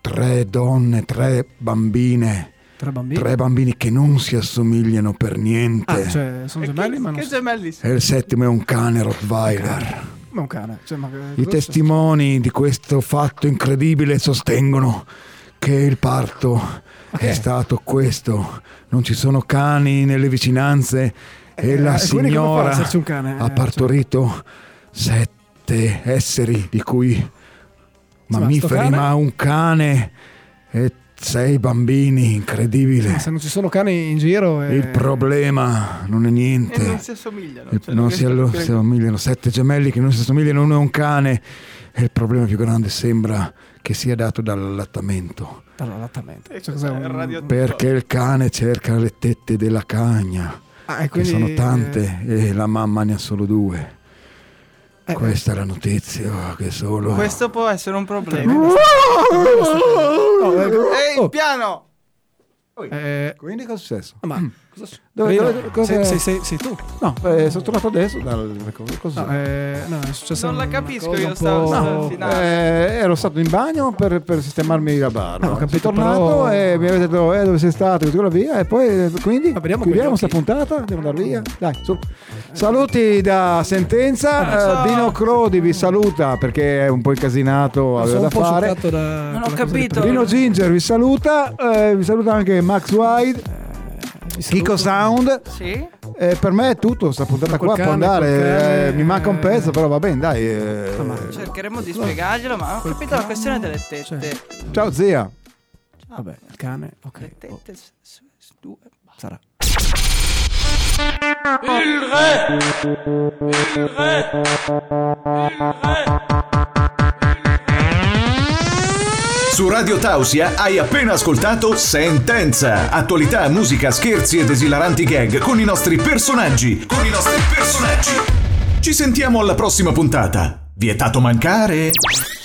I: Tre donne, tre bambine,
F: Tre bambini.
I: tre bambini che non si assomigliano per niente.
F: Ah, cioè, sono gemelli, ma non
B: Che
F: so-
B: gemelli
I: E il settimo è un cane Rottweiler.
F: Ma è un cane. Cioè, ma che-
I: I
F: cosa-
I: testimoni di questo fatto incredibile sostengono che il parto
F: Eh.
I: è stato questo. Non ci sono cani nelle vicinanze e
F: Eh,
I: la
F: eh, quindi come fa ad
I: signora
F: esserci un cane?
I: ha
F: Eh,
I: partorito sette esseri di cui
F: sto
I: mammiferi,
F: cane-
I: ma un cane e sei bambini,
F: cioè,
I: incredibile.
F: se non ci sono cani in giro... eh,
I: Il problema non è
B: E Eh, non
I: niente.
B: si assomigliano.
I: Il-
B: cioè,
I: non si allo- si
B: riesco a capire-
I: assomigliano, sette gemelli che non si assomigliano, uno è un cane. E il problema più grande sembra che sia dato dall'allattamento.
F: Dall'allattamento. Cioè, cos'è un...
B: radio-
I: Perché il cane cerca le tette della cagna,
F: Ah, e
I: che
F: quindi-
I: sono tante, e la mamma ne ha solo due.
F: Eh,
I: Questa è la notizia oh, che solo...
B: Questo può essere un problema.
F: No, eh,
B: Ehi,
F: oh,
B: piano!
F: eh,
I: Quindi cosa è successo?
F: ma...
I: Dove-
F: Rino,
I: dove-
F: sei,
I: cosa-
F: sei- sei- sei tu.
I: No, eh, sono tornato adesso dal... Cosa?
F: No, eh, no, è successo
B: Non la
F: una
B: capisco
F: cosa
B: io
F: un
B: sta-
F: po'-
B: sta
F: No,
B: finale.
I: Eh, ero stato in bagno per, per sistemarmi la barba.
F: No, Ah, ho capito,
I: Sono tornato
F: però-
I: e mi avete detto eh, dove sei stato, così la via. E poi eh, quindi
F: Ma vediamo
I: chiudiamo
F: quegli
I: questa
F: occhi.
I: puntata, andiamo andare via. Dai, su. Saluti da
F: Ah,
I: sentenza. Eh, Dino Crodi vi saluta perché è un po' incasinato, aveva
F: sono Ah, un
I: da
F: po'
I: fare.
F: succato da...
B: Non ho
F: quella cosa di
B: capito.
F: prima.
I: Dino Ginger vi saluta, eh, vi saluta anche Max Wide,
F: Vi Eh, saluto.
I: Kiko Sound.
B: Sì?
I: Eh, per me è tutto, questa puntata
F: Ma col
I: qua può
F: cane,
I: andare.
F: col cane,
I: eh, mi manca un
F: eh.
I: pezzo, però va bene, dai. eh.
B: Cercheremo di spiegarglielo, ma ho capito la questione delle
F: Cioè.
B: tette.
I: Ciao zia.
F: Vabbè, il cane, ok.
B: Le tette s- s- s- due.
F: Sarà.
A: Su Radio Tausia hai appena ascoltato Sentenza. Attualità, musica, scherzi ed esilaranti gag con i nostri personaggi. Con i nostri personaggi. Ci sentiamo alla prossima puntata. Vietato mancare.